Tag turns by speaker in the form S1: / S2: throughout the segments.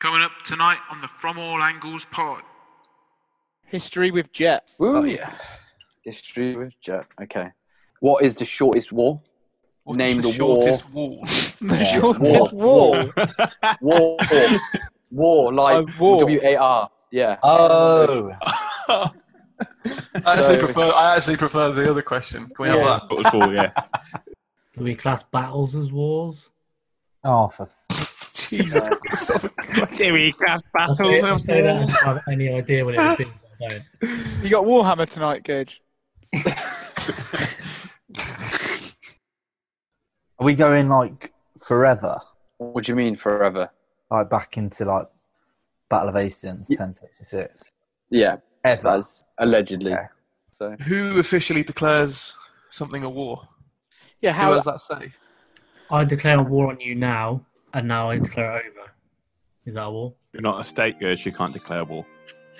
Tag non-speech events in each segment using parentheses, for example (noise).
S1: Coming up tonight on the From All Angles pod.
S2: History with Jet.
S3: Ooh,
S4: Oh yeah.
S3: History with Jet. Okay. What is the shortest wall?
S4: What's
S3: Name
S4: the,
S3: the war.
S4: shortest wall?
S2: The (laughs)
S3: Yeah.
S2: shortest
S3: War.
S2: wall.
S3: War. war. Like
S2: A war.
S3: W A R. Yeah.
S5: Oh,
S4: I
S3: So-
S4: actually prefer. I actually prefer the other question. Can we have
S5: Yeah.
S4: that?
S6: But it was cool, yeah.
S7: Do we class battles as wars?
S5: oh, for f-
S4: Jesus Christ! that was-
S2: we class
S7: I say, I say that as I have any idea what it would be. but I don't.
S2: You got Warhammer tonight, Gage.
S5: are we going like forever?
S3: What do you mean forever?
S5: Like back into like Battle of Hastings,
S3: Ye-
S5: 1066.
S3: Yeah.
S5: Ever.
S3: That's allegedly.
S5: Okay.
S3: So
S4: Who officially declares something a war?
S2: Yeah,
S4: Who
S2: how
S4: does that say?
S7: (laughs)
S4: (laughs)
S7: I declare a war on you now, and now I declare it over. Is that a war?
S6: You're not a state, Gersh. You can't declare war.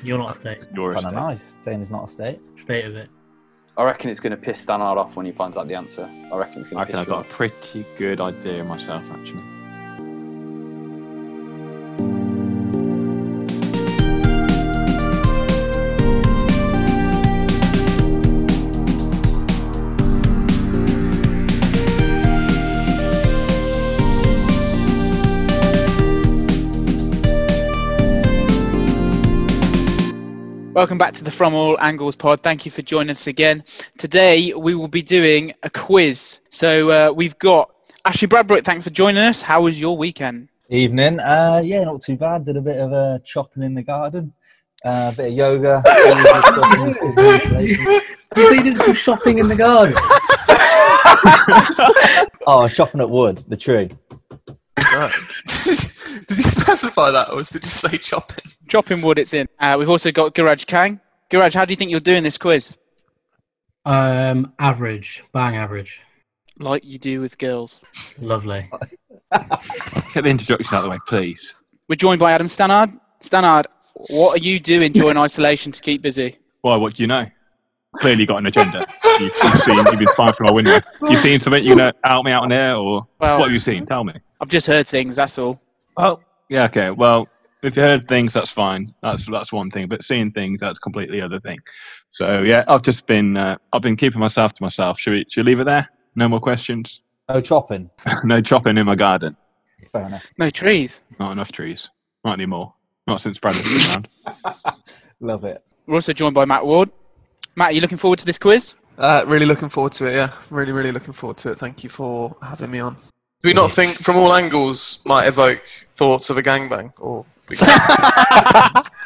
S7: You're not a state.
S6: You're a
S5: Kind of
S6: state.
S5: nice. Saying it's not a state.
S7: State of it.
S3: I reckon it's going to piss Stannard off when he finds out the answer. I reckon it's
S6: I
S3: going to
S6: reckon
S3: piss
S6: I've
S3: you
S6: got
S3: off.
S6: a pretty good idea myself, actually.
S2: Welcome back to the From All Angles pod. Thank you for joining us again. Today we will be doing a quiz. So uh, we've got Ashley Bradbrook. Thanks for joining us. How was your weekend?
S5: Evening. Uh, yeah, not too bad. Did a bit of uh, chopping in the garden, uh, a bit
S3: (laughs)
S5: of yoga. oh,
S7: You say you did some shopping in
S3: (laughs)
S7: the garden.
S5: I was chopping Oh, at wood, the tree.
S4: Right. did you specify that, or did you say chopping?
S2: Chopping wood. It's in. Uh, we've also got Garage Kang. Garage, how do you think you're doing this quiz?
S7: Um, average. Bang average.
S2: Like you do with girls.
S7: Lovely.
S6: Let's get the introduction out of the way, please.
S2: We're joined by Adam Stannard. Stannard, what are you doing
S7: (laughs)
S2: during isolation to keep busy?
S6: Why? What do you know? Clearly, you got an agenda. You've, you've seen. You've been spying through my window. You've seen something. You're gonna out me out in there, or
S2: Well-
S6: what have you seen? Tell me.
S2: I've just heard things. That's all.
S6: Well, yeah, okay. Well, if you heard things, that's fine. That's that's one thing. But seeing things, that's a completely other thing. So yeah, I've just been uh, I've been keeping myself to myself. Should we should we leave it there? No more questions. (laughs)
S5: Oh, chopping.
S6: no chopping in my garden.
S5: Fair enough.
S2: No trees.
S6: Not enough trees. Not anymore. Not since Bradley's been
S5: (laughs)
S6: around.
S5: Love it.
S2: We're also joined by Matt Ward. Matt, are you looking forward to this quiz?
S4: Uh, really looking forward to it. Yeah, really, really looking forward to it. Thank you for having me on. Do you not think from all angles might evoke thoughts of a gangbang (laughs) or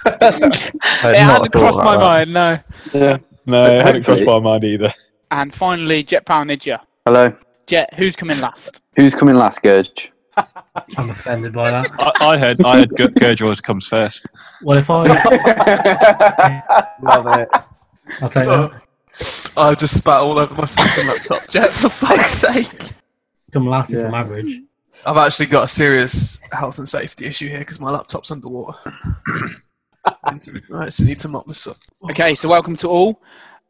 S2: it hadn't crossed my mind, no.
S6: No, it
S3: hadn't crossed my
S6: mind either.
S2: And finally, Jet Power Ninja.
S3: Hello.
S2: Jet, who's coming last?
S3: Who's coming last, Gurge?
S7: I'm offended by that.
S6: I, I heard I heard Ger- Gerge always comes first.
S7: Well, if (laughs) I,
S5: Love it.
S7: I'll take that.
S4: I just spat all over my fucking laptop, Jet, (laughs) for fuck's sake.
S7: Come last if
S3: Yeah.
S7: I'm average.
S4: I've actually got a serious health and safety issue here because my laptop's underwater. I actually need to mop this up.
S2: Okay, so welcome to all.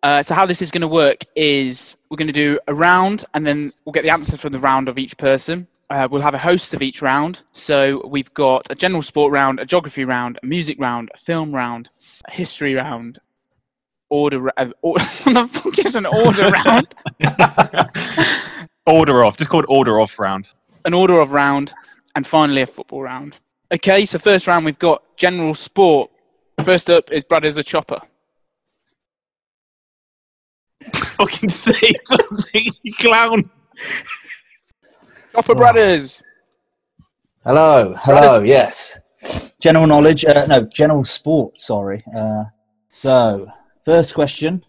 S2: Uh, so how this is going to work is we're going to do a round, and then we'll get the answer from the round of each person. Uh, we'll have a host of each round. So we've got a general sport round, a geography round, a music round, a film round, a history round, order. ra- Uh, or- (laughs) what the fuck is an order round?
S6: Order off. Just called order off round.
S2: An order of round, and finally a football round. Okay, so first round we've got general sport. First up is Brad is the chopper.
S6: (laughs) Fucking say something, you clown.
S2: Chopper Brothers.
S5: Hello, hello, yes. General knowledge, uh, no, general sports, sorry. Uh, so, first question,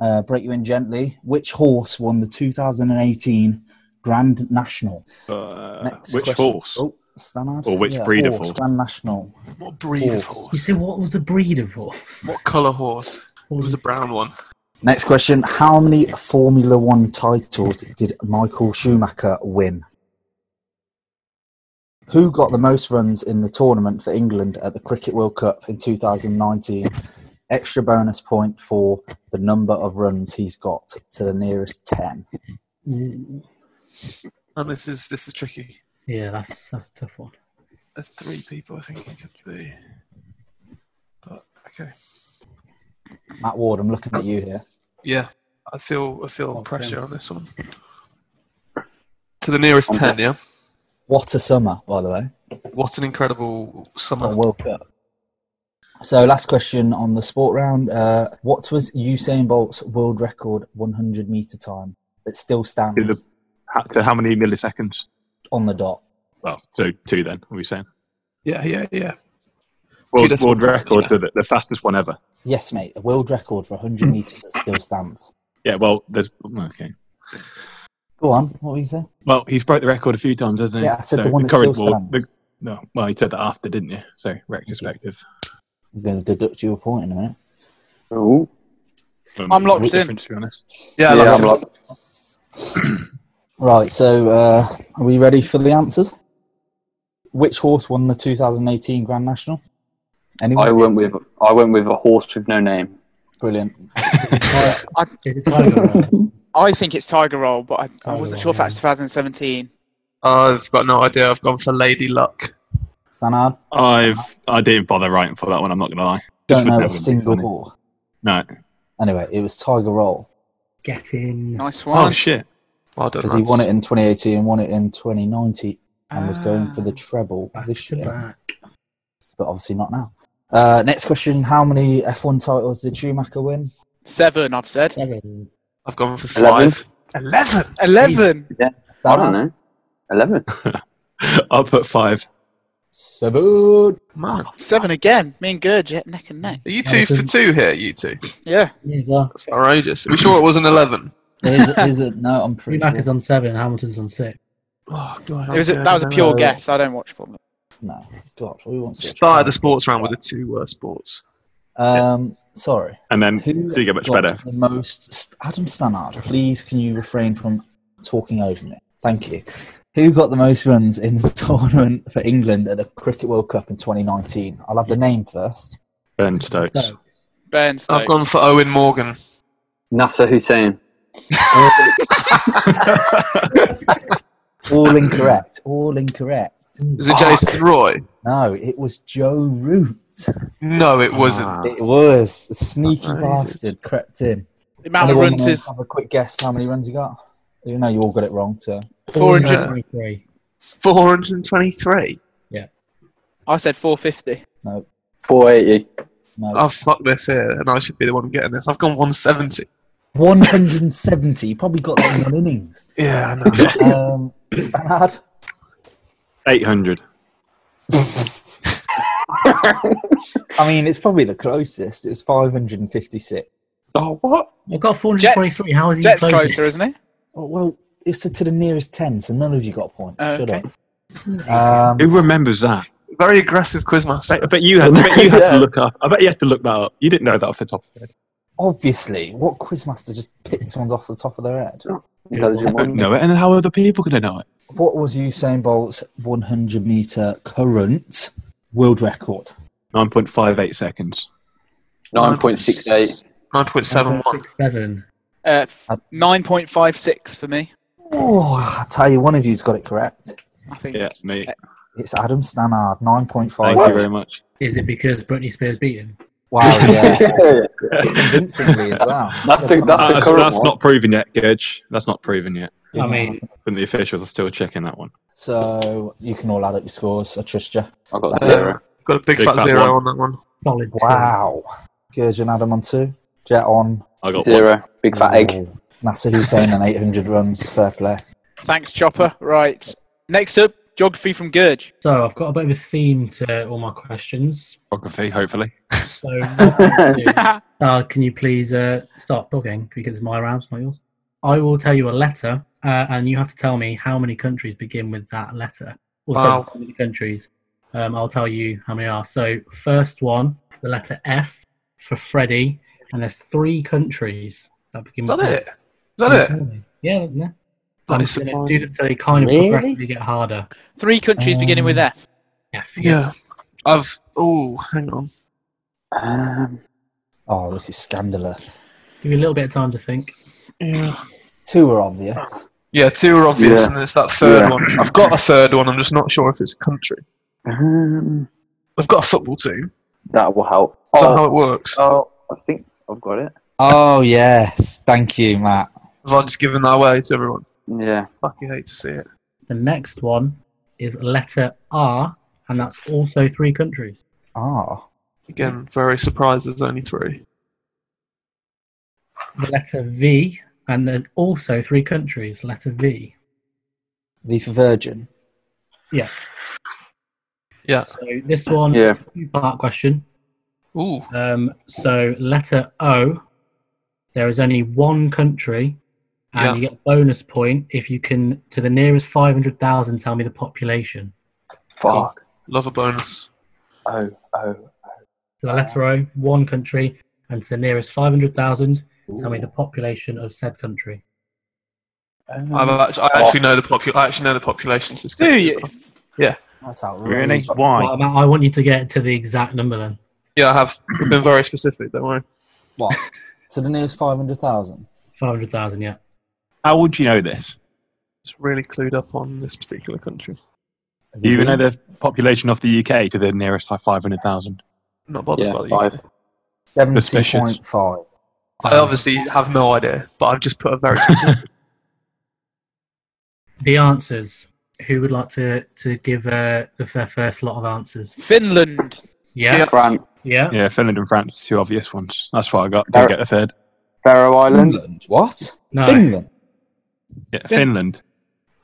S5: uh, break you in gently. Which horse won the 2018 Grand National?
S6: Uh,
S5: Next
S6: which
S5: question.
S6: horse?
S5: Oh, Stannard.
S6: Or which breed of horse?
S5: Grand National.
S4: What breed of
S5: Horse.
S7: You
S4: horse?
S7: see, what was the breed of horse?
S4: What colour horse? It
S7: What
S4: was
S7: was
S4: a brown one.
S5: Next question, how many Formula One titles did Michael Schumacher win? Who got the most runs in the tournament for England at the Cricket World Cup in 2019? Extra bonus point for the number of runs he's got to the nearest 10.
S7: Ooh.
S4: And this is this is tricky.
S7: Yeah, that's that's a tough one.
S4: there's three people I think it could be. But okay.
S5: Matt Ward, I'm looking at you here.
S4: Yeah. I feel I feel pressure on this one. To the nearest ten, yeah.
S5: What a summer, by the way.
S4: What an incredible summer.
S5: Or World Cup. So, last question on the sport round. Uh, what was Usain Bolt's world record 100 metre time that still
S6: To, the,
S5: stands
S6: ha- to how many milliseconds?
S5: on the dot?
S6: Well, so two then. What are we saying?
S4: Yeah, yeah, yeah.
S6: World,
S4: decimal
S6: world
S4: points,
S6: record
S4: yeah.
S6: to the, the fastest one ever.
S5: Yes, mate. A world record for 100 metres that still stands.
S6: Yeah. Well, there's okay.
S5: Go on. What were you saying?
S6: Well, he's broke the record a few times, hasn't he?
S5: Yeah, I said the one that
S6: current
S5: still
S6: world- the-
S5: stands.
S6: no, well, you said that after, didn't you? So retrospective.
S5: I'm going to deduct you a point in a minute.
S3: Ooh.
S2: I'm locked in.
S6: To be honest,
S4: Yeah, I
S3: Yeah,
S4: like
S3: I'm
S4: it.
S3: locked.
S5: Right. So, uh, are we ready for the answers? Which horse won the 2018 Grand National? Anyone?
S3: I went with I went with a horse with no name.
S5: Brilliant.
S7: Is it Tiger
S5: (laughs)
S7: Roll?
S2: I think it's Tiger Roll, but I, I wasn't
S7: Roll,
S2: sure if that's
S7: yeah.
S2: 2017.
S4: I've got no idea. I've gone for Lady Luck.
S5: Sanad?
S6: I've I didn't bother writing for that one. I'm not going to lie.
S5: Don't
S6: Just
S5: know
S6: wouldn't
S5: a
S6: have been
S5: single
S6: funny.
S5: horse.
S6: No.
S5: Anyway, it was Tiger Roll
S7: Get in.
S2: Nice
S6: Oh
S2: one.
S6: shit. (laughs)
S4: Well done,
S5: because he
S4: Rance.
S5: won it in 2018 and won it in 2019 and was going for the
S2: Ah.
S5: treble
S7: Back
S5: this
S7: to
S5: year,
S7: back.
S5: but obviously not now. Uh, next question: How many F1 titles did Schumacher win?
S2: Seven, I've said.
S7: Seven.
S4: I've gone for
S3: Eleven?
S4: five. Eleven.
S2: Eleven.
S3: I
S5: Ah.
S3: don't know. Eleven.
S6: I'll put five.
S5: Seven.
S4: Man, are
S2: Seven again. Me and Gurge, yeah, neck and neck.
S4: you two for two here? You two.
S2: Yeah.
S7: Yeah, as well.
S4: That's outrageous. Are we sure it wasn't eleven?
S5: Is it, is it? No, I'm pretty
S7: Schumacher's
S5: sure.
S7: on seven, Hamilton's on six.
S4: Oh god.
S2: It was a,
S4: okay,
S2: that was a
S4: I don't
S2: pure
S4: know.
S2: guess. I don't watch Formula.
S5: No, God, we want to
S4: Started the sports round with the two worst sports.
S5: Um, sorry.
S6: And then
S5: Who
S6: do you get much
S5: got
S6: better?
S5: the most? Adam Stannard, please, can you refrain from talking over me? Thank you. Who got the most runs in the (laughs) tournament for England at the Cricket World Cup in 2019? I'll have the name first.
S6: Ben Stokes.
S7: So,
S2: Ben Stokes.
S4: I've gone for Owen Morgan.
S3: Nasser Hussein.
S5: All incorrect. All incorrect.
S4: Is it Jason Roy?
S5: No, it was Joe Root.
S4: No, it wasn't.
S6: Ah.
S5: It was. The sneaky
S4: Outrageous.
S5: bastard crept in.
S2: the amount of
S5: Anyone
S2: runs
S5: wanna
S2: is
S5: Have a quick guess how many runs he got? You know, you all got it wrong, so.
S2: 400.
S4: Yeah.
S7: 423.
S4: Four hundred and twenty-three.
S2: I said 450.
S5: No,
S3: Four eighty.
S5: no.
S4: Oh fuck this here, and I should be the one getting this. I've gone one seventy.
S5: 170. You probably got that in one innings.
S4: Yeah, I know.
S5: Um, Stannard?
S6: Eight hundred.
S5: I mean, it's probably the closest. It was 556.
S3: Oh what?
S7: I've got 423. How is he
S2: Jet's
S7: closest?
S2: closer, isn't he?
S5: Oh, well, it's to the nearest 10, so none of you got points.
S2: Oh,
S5: Shut
S2: okay.
S5: up. Um,
S6: Who
S3: (laughs)
S6: remembers that?
S4: (laughs) Very aggressive
S6: I
S4: quizmaster.
S6: bet you had. I bet you had
S3: Yeah.
S6: to look up. I bet you had to look that up. You didn't know that off the top of your head.
S5: obviously, what quizmaster just picks ones off the top of their head?
S3: Intelligent
S6: I don't
S3: one.
S6: know it, and how other people going to know it?
S5: What was Usain Bolt's 100 meter current world record?
S6: Nine point five eight seconds.
S3: Nine point six eight.
S4: Nine point seven one.
S7: Six, seven.
S2: Uh, f- 9.56 for me.
S5: Oh, I tell you, one of you's got it correct.
S2: I think.
S6: Yeah, me.
S5: It's Adam Stannard,
S6: Thank
S5: 9.5.
S6: you very much.
S7: Is it because Britney Spears beat him?
S5: Wow, Oh, yeah,
S3: (laughs) (laughs) that's
S5: convincingly as well.
S3: the, that's
S6: (laughs) Uh,
S3: the
S6: that's
S3: current
S6: that's
S3: one.
S6: not proven yet, Gurge. That's not proven yet.
S7: I mean,
S6: And the officials are still checking that one.
S5: So you can all add up your scores. I trust you.
S3: I got
S5: That's
S3: zero.
S4: Got a big,
S6: Big
S4: fat
S6: fat
S4: zero
S6: one.
S4: on that one.
S7: solid. two.
S5: Wow. (laughs) Gurge and Adam on two. Jet on.
S6: I got one.
S3: Zero. Big fat egg.
S5: Nasser Hussein and 800 runs. Fair play.
S2: Thanks, Chopper. Right. Next up, geography from Gurge.
S7: So I've got a bit of a theme to all my questions.
S6: Geography, hopefully.
S7: So what I'm gonna
S4: (laughs)
S7: do- uh, can you please uh, start booking because it's my rounds, not yours. I will tell you a letter, uh, and you have to tell me how many countries begin with that letter. Also,
S4: Wow.
S7: how many countries? Um, I'll tell you how many are. So first one, the letter F for Freddie, and there's three countries that begin
S4: Is that
S7: with
S4: it? Is that it?
S7: Yeah, yeah.
S4: That is
S7: I'm gonna do
S4: surprising.
S7: them so they kind of
S5: Really?
S7: progressively get harder.
S2: Three countries beginning with
S5: Um,
S2: F.
S7: F.
S4: Yeah. I've. Oh, hang on.
S3: Um,
S5: Oh, this is scandalous.
S7: Give you a little bit of time to think.
S4: Yeah.
S5: Two are obvious.
S4: Yeah, two are obvious,
S3: Yeah.
S4: and it's that third
S3: Yeah.
S4: one. I've got a third one. I'm just not sure if it's a country.
S3: Um,
S4: We've got a football team.
S3: that will help.
S4: Is that how
S3: Oh,
S4: it works?
S3: oh, I think I've got it.
S5: Oh yes, thank you, Matt.
S4: Have I just given that away to everyone?
S3: Yeah.
S4: Fucking hate to see it.
S7: The next one is letter R, and that's also three countries.
S5: Ah,
S4: Again, very surprised there's only three.
S7: The letter V, and there's also three countries. Letter V.
S5: V for Virgin.
S7: Yeah.
S4: Yeah.
S7: So this one
S3: Yeah.
S7: is a two-part question.
S4: Ooh.
S7: Um, so letter O, there is only one country, and
S4: Yeah.
S7: you get a bonus point if you can, to the nearest 500,000, tell me the population.
S3: Fuck.
S4: Love a bonus.
S3: Oh, oh.
S7: So the letter O, one country, and to the nearest 500,000, tell me the population of said country.
S4: I've
S3: Mm.
S4: actually, I actually know the popu- I actually know the population to this
S2: Do
S4: country
S2: you?
S4: as well.
S5: That's outrageous.
S6: Really? Why?
S7: Well, Matt, I want you to get to the exact number then.
S4: Yeah, I have I've been very specific. Don't worry.
S5: What? So the nearest five hundred thousand.
S7: 500,000, yeah.
S6: How would you know this?
S4: Just really clued up on this particular country.
S6: Do you even
S3: Mm-hmm.
S6: know the population of the UK to the nearest like 500,000?
S4: Not bothered
S3: Yeah,
S4: by the.
S3: five.
S4: UK.
S5: seventy
S6: suspicious.
S5: point five.
S4: I
S7: Um,
S4: obviously have no idea, but I've just put a
S3: (laughs)
S4: very specific.
S7: The answers. Who would like to, to give uh, the, their first lot of answers?
S2: Finland.
S7: Yeah.
S3: France,
S7: Yeah.
S6: Yeah, Finland and France, two obvious ones. That's what I got.
S3: Barrett.
S6: Didn't get a third.
S3: Faroe Island.
S5: What?
S7: No.
S5: Finland.
S6: Yeah, Finland.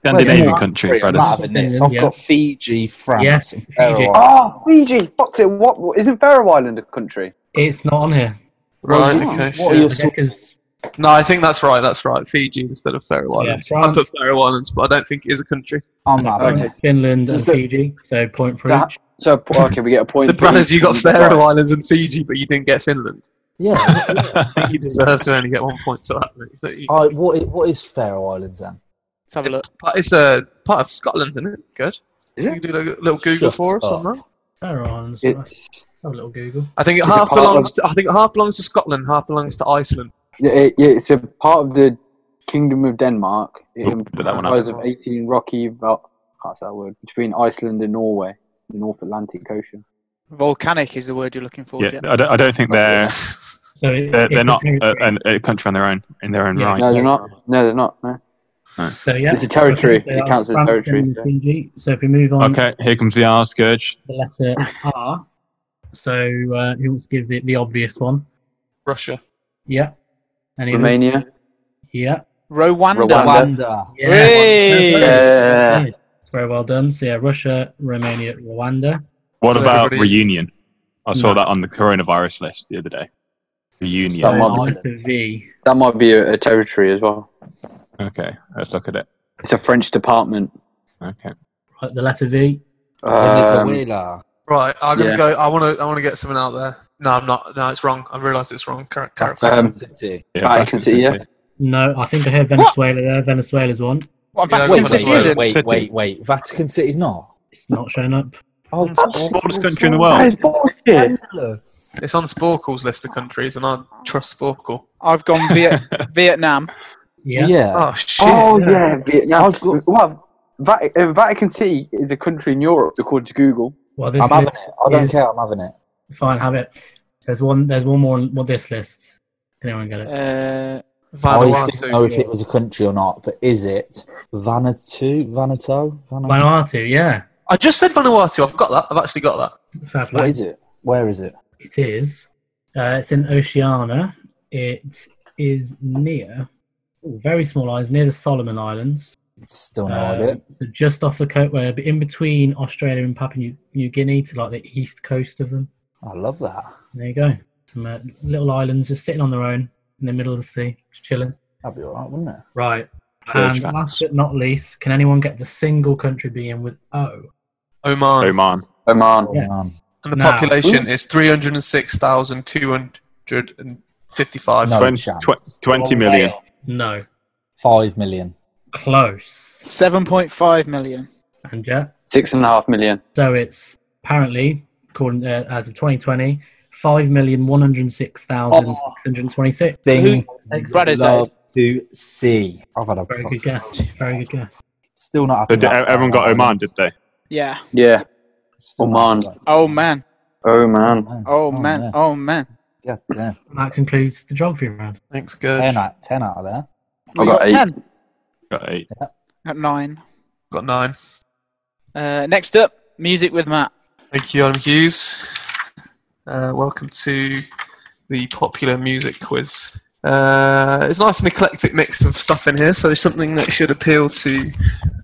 S5: Where's
S6: Scandinavian
S5: more
S6: country,
S5: countries? I'm
S6: brothers.
S5: not having this. I've
S7: Yeah.
S5: got Fiji, France.
S7: Yes,
S5: and
S7: Fiji.
S5: Faroe Islands.
S3: Oh, Fiji. Fuck it. What what- isn't Faroe Island a country?
S7: It's not on here.
S4: right.
S5: Well,
S3: Oh,
S4: Okay.
S5: What are
S4: shit.
S5: your
S7: I guess
S5: sources?
S7: 'cause-
S4: No, I think that's right. That's right. Fiji instead of Faroe
S7: Yeah,
S4: Islands. I put
S7: France.
S4: Faroe Islands, but I don't think it is a country.
S5: I'm not having
S3: Okay.
S5: this.
S7: Finland and
S3: Just a-
S7: Fiji, so point for
S3: That-
S7: each.
S3: So okay, we get a point.
S4: The
S3: for
S4: plan is
S3: each.
S4: you got Faroe Islands and Fiji, but you didn't get Finland.
S5: Yeah.
S4: I think you deserve to only get one point for that. mate. But you-
S5: All right, Oh, what, is, what is Faroe Islands then?
S2: Let's have a look.
S4: But It's a part of Scotland, isn't it? Good.
S3: Oh. Is
S4: You
S3: it?
S4: can do a little Google
S5: Shut
S4: for us on
S5: up.
S4: that.
S7: Faroe Islands. right.
S3: It's,
S7: Have a little Google.
S4: I think it
S3: Is it
S4: half
S3: part (laughs)
S4: belongs. To, I think it half belongs to Scotland, half belongs to Iceland.
S3: yeah, it, yeah, it's a part of the Kingdom of Denmark. It
S6: Oh, put that one up.
S3: comprises of 18 rocky, val- can't say that word, between Iceland and Norway, the North Atlantic Ocean.
S2: Volcanic is the word you're looking for.
S6: (laughs) Yeah,
S2: Jet.
S6: I don't, I don't think they're
S7: So it,
S6: they're,
S7: it's
S6: they're
S7: a
S6: not
S3: uh,
S6: a,
S7: territory.
S6: an- a country on their own in their own
S7: Yeah.
S6: right.
S3: No, they're not. No, they're not. No.
S7: so, yeah.
S3: It's a territory.
S7: Okay, so
S3: It counts as
S7: France,
S3: territory,
S7: Finland,
S3: so.
S7: Fiji. So if we move on
S6: Okay, here comes the R scourge.
S7: the letter R. So uh, who wants to give the, the obvious one?
S4: Russia.
S7: Yeah. Any others?
S3: Romania.
S7: Yeah.
S2: Rwanda.
S3: Rwanda.
S5: Rwanda.
S7: Yeah.
S2: Hey!
S7: Well done. Very well done. So yeah, Russia, Romania, Rwanda.
S6: What
S4: Hello,
S6: about
S4: everybody.
S6: reunion? I saw
S7: No.
S6: that on the coronavirus list the other day.
S3: That
S6: Reunion.
S3: might-
S7: The letter V.
S3: That might be a, a territory as well.
S6: Okay, let's look at it.
S3: It's a French department.
S6: Okay.
S7: Right, the letter V.
S3: (laughs) Um,
S5: Venezuela.
S4: Right, I'm gonna
S3: Yeah.
S4: go. I want to. I want to get something out there. No, I'm not. No, it's wrong. I realised it's wrong. Car- character.
S3: um,
S5: City.
S6: Yeah,
S3: Vatican
S6: Vatican
S3: City, yeah.
S7: No, I think I heard Venezuela there. Venezuela's one.
S2: What,
S4: Yeah,
S2: Vatican
S4: I've got
S2: City
S4: Venezuela.
S2: is it?
S5: wait,
S6: City.
S5: wait, wait. Vatican City's not.
S7: It's not shown up.
S5: Oh,
S4: It's the smallest
S5: God,
S6: country in
S5: so
S6: the
S7: Oh.
S6: world. That
S5: scandalous.
S4: it's on Sporkle's list of countries, and I trust Sporkle.
S2: I've gone Viet- Vietnam.
S7: Yeah.
S5: Yeah.
S4: Oh shit!
S3: oh yeah, Vietnam.
S5: I've got-
S3: well, Vati- uh, Vatican City is a country in Europe, according to Google.
S7: Well, this
S5: I'm having
S7: is,
S5: it. I don't
S7: is-
S5: care. I'm having it.
S7: fine. Have it. There's one. There's one more on what this list. Can anyone get it?
S2: Uh,
S3: Oh,
S5: I
S4: Vanuatu.
S5: didn't know if it was a country or not, but is it Vanuatu? Vanuatu? Vanuatu?
S7: Vanuatu. Yeah.
S4: I just said Vanuatu. I've got that. I've actually got that.
S7: Fair play.
S5: What is it? Where is it?
S7: It is. Uh, it's in Oceania. It is near, very small islands, near the Solomon Islands.
S5: Still no
S7: Uh,
S5: idea.
S7: just off the coast, where in between Australia and Papua New, New Guinea to like the east coast of them.
S5: I love that.
S7: There you go. Some uh, little islands just sitting on their own in the middle of the sea, just chilling.
S5: That'd be alright, wouldn't it?
S7: Right.
S6: George
S7: And
S6: Vance.
S7: last but not least, can anyone get the single country being with O?
S4: Oman.
S6: Oman.
S3: Oman.
S5: Oh, man.
S7: Yes.
S4: And the
S7: Now-
S4: population is three hundred and six thousand two hundred and fifty-five.
S5: No.
S6: Twen-
S5: chance.
S6: tw- 20 million.
S7: No.
S5: Five million.
S7: Close.
S2: 7.5 million.
S7: And yeah,
S3: Six and a half million.
S7: So it's apparently, according uh, as of 2020, five million one hundred six thousand six hundred twenty-six.
S5: Things
S7: takes
S2: Brad is
S5: love to see. I've had a
S7: Very
S5: fucking-
S7: good guess. Very good guess.
S5: Still not
S6: So
S5: happy.
S6: did,
S5: about
S6: everyone
S5: that.
S6: got Oman, did they?
S2: Yeah.
S3: Yeah.
S5: Still
S3: Oman.
S5: not-
S2: Oh man.
S3: Oh man.
S2: Oh man. Oh man.
S5: God damn.
S7: And that concludes the geography round.
S4: Thanks, good.
S5: Ten out, ten out of there.
S2: We
S3: got
S2: got,
S3: eight.
S2: ten.
S6: Got eight.
S2: Got nine.
S4: Got nine.
S2: Uh, next up, music with Matt.
S4: Thank you, Adam Hughes. Uh, welcome to the popular music quiz. Uh, it's nice and eclectic mix of stuff in here, so it's something that should appeal to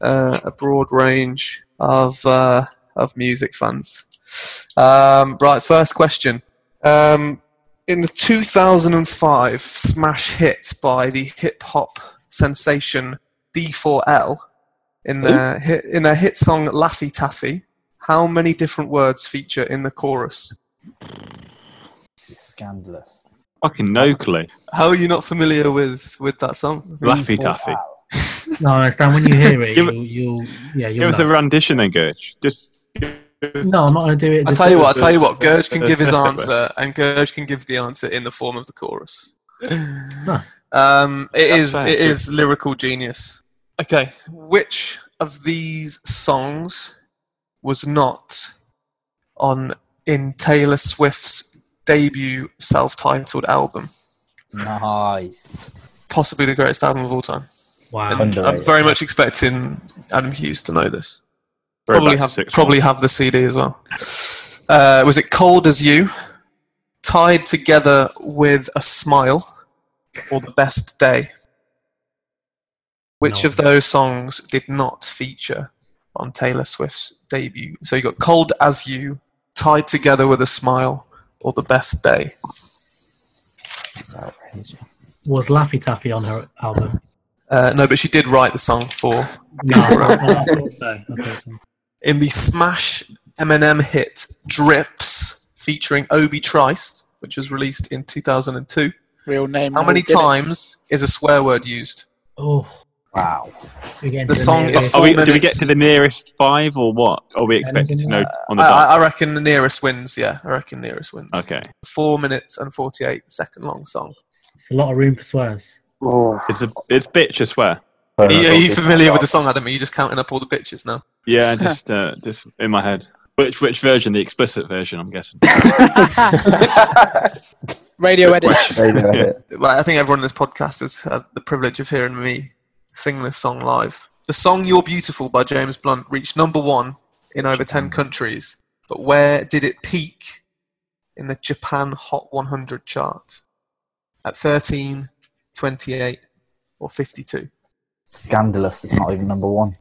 S4: uh, a broad range of uh, of music fans. Um, right, first question. Um, in the 2005 smash hit by the hip hop sensation D4L, in their hit, in their hit song "Laffy Taffy," How many different words feature in the chorus?
S5: This is scandalous.
S6: Fucking no clue.
S4: How are you not familiar with with that song?
S6: Laffy Taffy.
S7: No, I understand. When you
S6: (laughs)
S7: hear it,
S6: Give it-
S7: you'll, you'll yeah,
S6: Give
S7: you'll.
S6: us a
S7: Know.
S6: rendition then, Gertch. Just
S7: No, I'm not going to do it.
S4: I
S7: just-
S4: tell you what. I tell you what. Gurge can
S6: (laughs)
S4: give his answer, and Gurge can give the answer in the form of the chorus. Um, it
S6: That's
S4: is
S6: fair.
S4: it is lyrical genius. Okay, which of these songs was not on in Taylor Swift's debut self-titled album,
S5: Nice.
S4: possibly the greatest album of all time?
S7: Wow.
S5: Underrated.
S4: I'm very much expecting Adam Hughes to know this.
S6: Throwback
S4: probably
S6: to
S4: have
S6: six
S4: probably have the CD as well. Uh, was it "Cold as You," "Tied Together with a Smile," or "The Best Day"? Which
S7: No.
S4: of those songs did not feature on Taylor Swift's debut? So you got "Cold as You," "Tied Together with a Smile," or "The Best Day."
S5: This is outrageous.
S7: Was Laffy Taffy on her
S6: (laughs)
S7: album?
S4: Uh, no, but she did write the song for
S7: No, I thought, I thought so. I thought so.
S4: in the smash Eminem hit "Drips" featuring Obi Trice, which was released in 2002.
S2: Real name.
S4: How
S2: no
S4: many
S2: gimmicks.
S4: times is a swear word used?
S7: Oh,
S5: Wow.
S7: again,
S4: The song is-
S6: Are we,
S4: Four
S6: do we get
S4: minutes.
S6: to the nearest five or what? Are we expected to know on the
S4: I,
S6: dot?
S4: I- I reckon the nearest wins. Yeah, Uh, I reckon nearest wins.
S6: Okay.
S4: Four minutes and 48 second long song.
S7: It's a lot of room for swears.
S3: Oh.
S6: It's a, it's bitch, I swear.
S4: Are you, are you familiar with the song, Adam? Are you just counting up all the bitches now? (laughs)
S6: Yeah, just uh, just in my head. Which which version? The explicit version, I'm guessing.
S2: Radio edit.
S3: Radiohead.
S4: Like, I think everyone in this podcast has had the privilege of hearing me sing this song live. The song You're Beautiful by James Blunt reached number one in over 10 countries, but where did it peak in the Japan Hot 100 chart? At 13, 28, or 52?
S5: Scandalous. It's not even number one.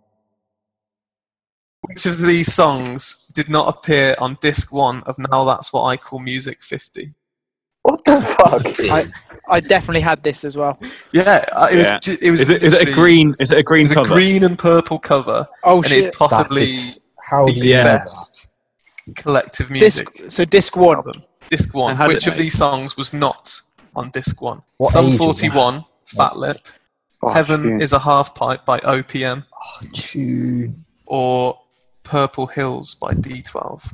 S4: Which of these songs did not appear on disc one of Now That's What I Call Music 50?
S3: What the fuck?
S2: I, I definitely had this as well.
S4: Yeah, uh, it
S6: Yeah.
S4: was. ju- It was
S6: Is it, is it a
S4: literally-
S6: green? Is it a
S4: It
S6: green
S4: was a
S6: cover?
S4: green and purple cover,
S2: Oh
S4: and
S2: shit.
S4: it's possibly.
S5: That is, how do
S4: the
S5: you know that?
S4: best collective music.
S2: Disc, so disc one.
S4: Album. Disc
S6: And
S4: one.
S6: how did
S4: Which of
S6: they-
S4: these songs was not on disc one?
S5: What
S4: Some
S5: age was
S4: 41, Fat Lip.
S3: Oh,
S4: Heaven
S3: shoot.
S4: is a Half Pipe by OPM. Or Purple Hills by D12.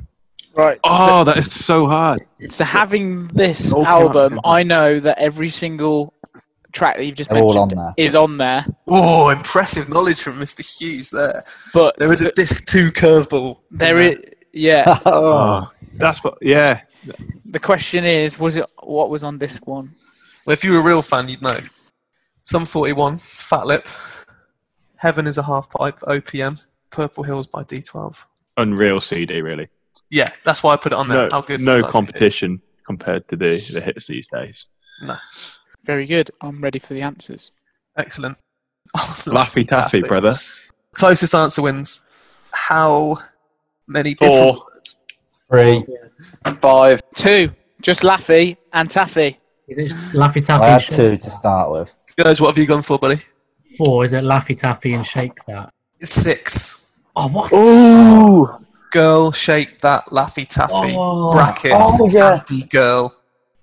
S2: Right.
S6: Oh, that is so hard.
S2: So having this
S6: Oh,
S2: album,
S6: God.
S2: I know that every single track that you've just
S5: They're all
S2: mentioned
S5: on there.
S2: is on there.
S4: Oh, impressive knowledge from Mr. Hughes there.
S2: But
S4: There is a disc two curveball. in
S2: there is
S5: (laughs)
S2: yeah.
S5: oh,
S6: Oh, that's what. Yeah,
S2: the question is, was it what was on disc one?
S4: Well, if you were a real fan, you'd know. Some 41, Fat Lip. Heaven is a Half Pipe, OPM. Purple Hills by D12.
S6: unreal CD, really.
S4: Yeah, that's why I put it on there.
S6: No,
S4: How good was
S6: no
S4: that
S6: competition compared to the the hits these days.
S2: Very good. I'm ready for the answers.
S4: Excellent. (laughs) Oh,
S6: Laffy Taffy, brother.
S4: Closest answer wins. How many different?
S5: three.
S3: Five.
S2: Two. Just Laffy and Taffy.
S7: Is it Laffy Taffy?
S5: I had
S7: Shake
S5: two to
S7: That?
S5: start with.
S4: Gurge, what have you gone for, buddy?
S7: Four. Is it Laffy Taffy and Shake That?
S4: Six.
S7: Oh, what?
S3: Ooh.
S4: Girl, shake that Laffy Taffy.
S7: Oh.
S4: Brackets.
S3: Oh, yeah.
S4: Andy Girl.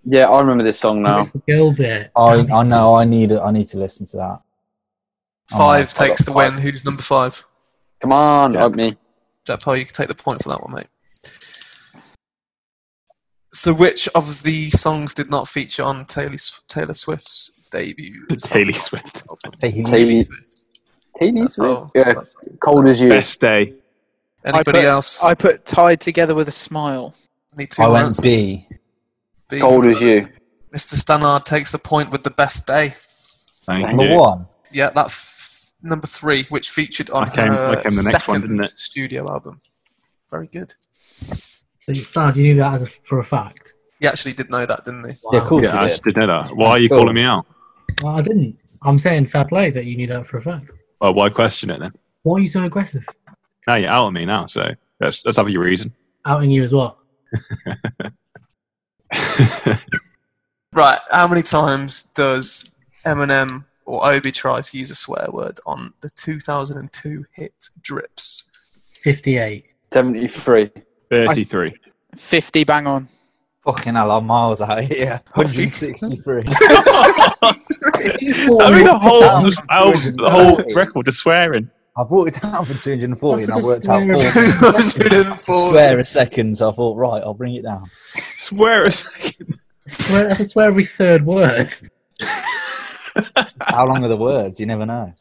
S3: Yeah, I remember this song (laughs) now.
S7: It's the girl bit.
S5: I, I know. I need. I need to listen to that. Oh,
S4: Five
S5: I've
S4: takes
S3: got
S4: the
S3: five.
S4: win. Who's number five?
S3: Come on,
S6: Yeah.
S3: help me.
S4: Jack Pyle, you can take the point for that one, mate. So, which of the songs did not feature on Taylor, Taylor Swift's debut?
S6: (laughs) Taylor Swift.
S5: Taylor-
S3: Taylor
S4: Swift.
S3: Taylor
S4: That's
S3: Swift.
S4: all.
S3: Yeah,
S4: Oh, That's all.
S3: cold as you.
S6: Best day.
S4: Anybody
S2: I put,
S4: else?
S2: I put tied together with a smile.
S4: Need two
S5: I went
S4: answers.
S5: B.
S4: B
S3: Cold
S4: for-
S3: as you.
S4: Mr. Stannard takes the point with the best day.
S6: Thank
S5: Number
S6: you.
S5: one.
S4: Yeah, that f- number three, which featured on
S6: I came-
S4: her
S6: I came the next
S4: second
S6: one, didn't it?
S4: studio album. Very good.
S7: So you found you knew that as a, for a fact.
S4: He actually did know that, didn't he?
S5: Yeah, of course
S6: Yeah, I
S5: you
S6: just
S5: did.
S6: did know that. Why are you
S5: Cool.
S6: calling me out?
S7: Well, I didn't. I'm saying fair play that you knew that for a fact.
S6: Well, why question it then?
S7: Why are you so aggressive?
S6: Now you're out on me now, so let's, let's have your reason. (laughs)
S7: Outing you as what?
S4: Right. How many times does Eminem or Obi try to use a swear word on the 2002 hit
S3: (laughs)
S4: Drips?
S7: 58.
S3: 73.
S6: 33.
S2: 50 bang on.
S5: Fucking hell, I'm miles out here. (laughs) 163.
S6: (laughs) I mean, the whole,
S5: down
S6: the
S5: from
S6: whole,
S5: 240.
S6: the whole record is swearing.
S5: I brought (laughs) it down from 240 and I
S7: That's
S5: worked
S7: like
S5: out 4
S7: a
S4: (laughs) 204.
S5: swear a second, so I thought, right, I'll bring it down.
S6: Swear a second.
S7: Swear, I swear every third word.
S5: How long are the words? You never know.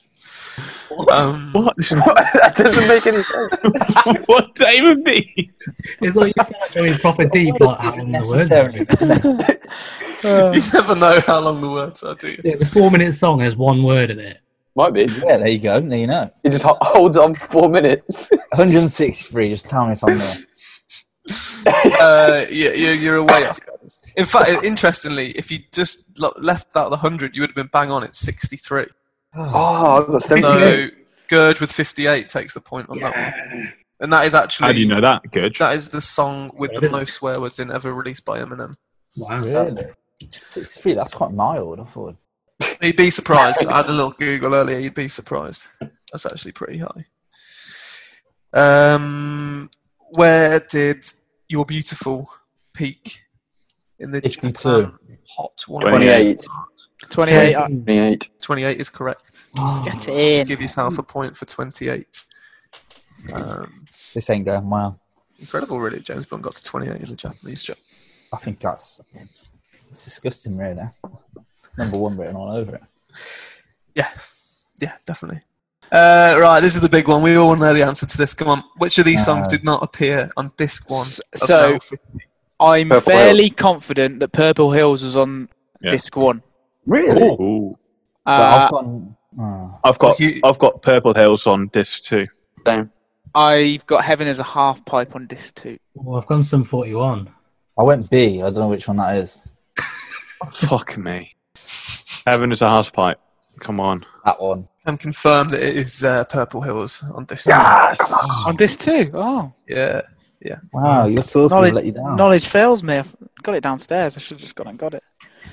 S4: Um,
S6: (laughs) What?
S3: (laughs)
S6: (laughs)
S3: that doesn't make any sense.
S6: what does that even mean?
S7: It's like you sound like going proper deep, like how long the word.
S5: necessarily the same.
S4: you never know how long the words are, do you?
S7: Yeah, the four minute song has one word in it.
S3: Might be.
S5: Yeah, there you go. There you know.
S3: It just ho- holds on for four minutes.
S5: 163. Just tell me if I'm there.
S4: uh, yeah, you're, you're a way off, guys. In fact, interestingly, if you just lo- left out the 100, you would have been bang on at 63.
S3: Oh, I've got 78.
S4: So, Gurge with 58 takes the point on that one. And that is actually.
S6: How do you know that, Gurge?
S4: That is the song with
S7: I
S4: the
S7: didn't-
S4: most swear words in ever released by Eminem.
S7: Wow.
S5: Really? 63. That's quite mild. I thought.
S4: You'd be surprised. I had a little Google earlier. You'd be surprised. That's actually pretty high. Um, where did your beautiful peak in the
S5: 52.
S4: Japan hot one?
S3: 28.
S2: 28. uh,
S3: 28.
S4: 28 is correct.
S7: Oh,
S2: Get in.
S4: Give yourself a point for 28. Um,
S5: This ain't going well.
S4: incredible, really. James Bond got to 28 in the Japanese show.
S5: I think that's it's disgusting, really. Number one written all over it.
S4: Yeah, yeah, definitely. Uh, right, this is the big one. We all know the answer to this. Come on, which of these songs
S5: No.
S4: did not appear on disc one?
S2: S-
S4: of
S2: so-
S4: Mouth?
S2: I'm
S3: Purple
S2: fairly confident that Purple Hills was on
S6: Yeah.
S2: disc one.
S3: Really?
S6: Ooh.
S5: But
S2: Uh,
S5: I've gone. oh,
S6: I've got
S4: You-
S6: I've got Purple Hills on disc two.
S3: Damn.
S2: I've got Heaven as a half pipe on disc two.
S7: well, I've gone some 41.
S5: I went B. I don't know which one that is.
S6: Fuck me. Heaven is a house pipe. Come on.
S5: That one.
S4: Can confirm that it is uh, Purple Hills on disc.
S2: On disc two? Oh.
S4: One. Yeah, yeah.
S5: Wow, your sources
S2: Knowledge,
S5: let you down.
S2: knowledge fails me. I've got it downstairs. I should have just gone and got
S5: (laughs)
S2: it.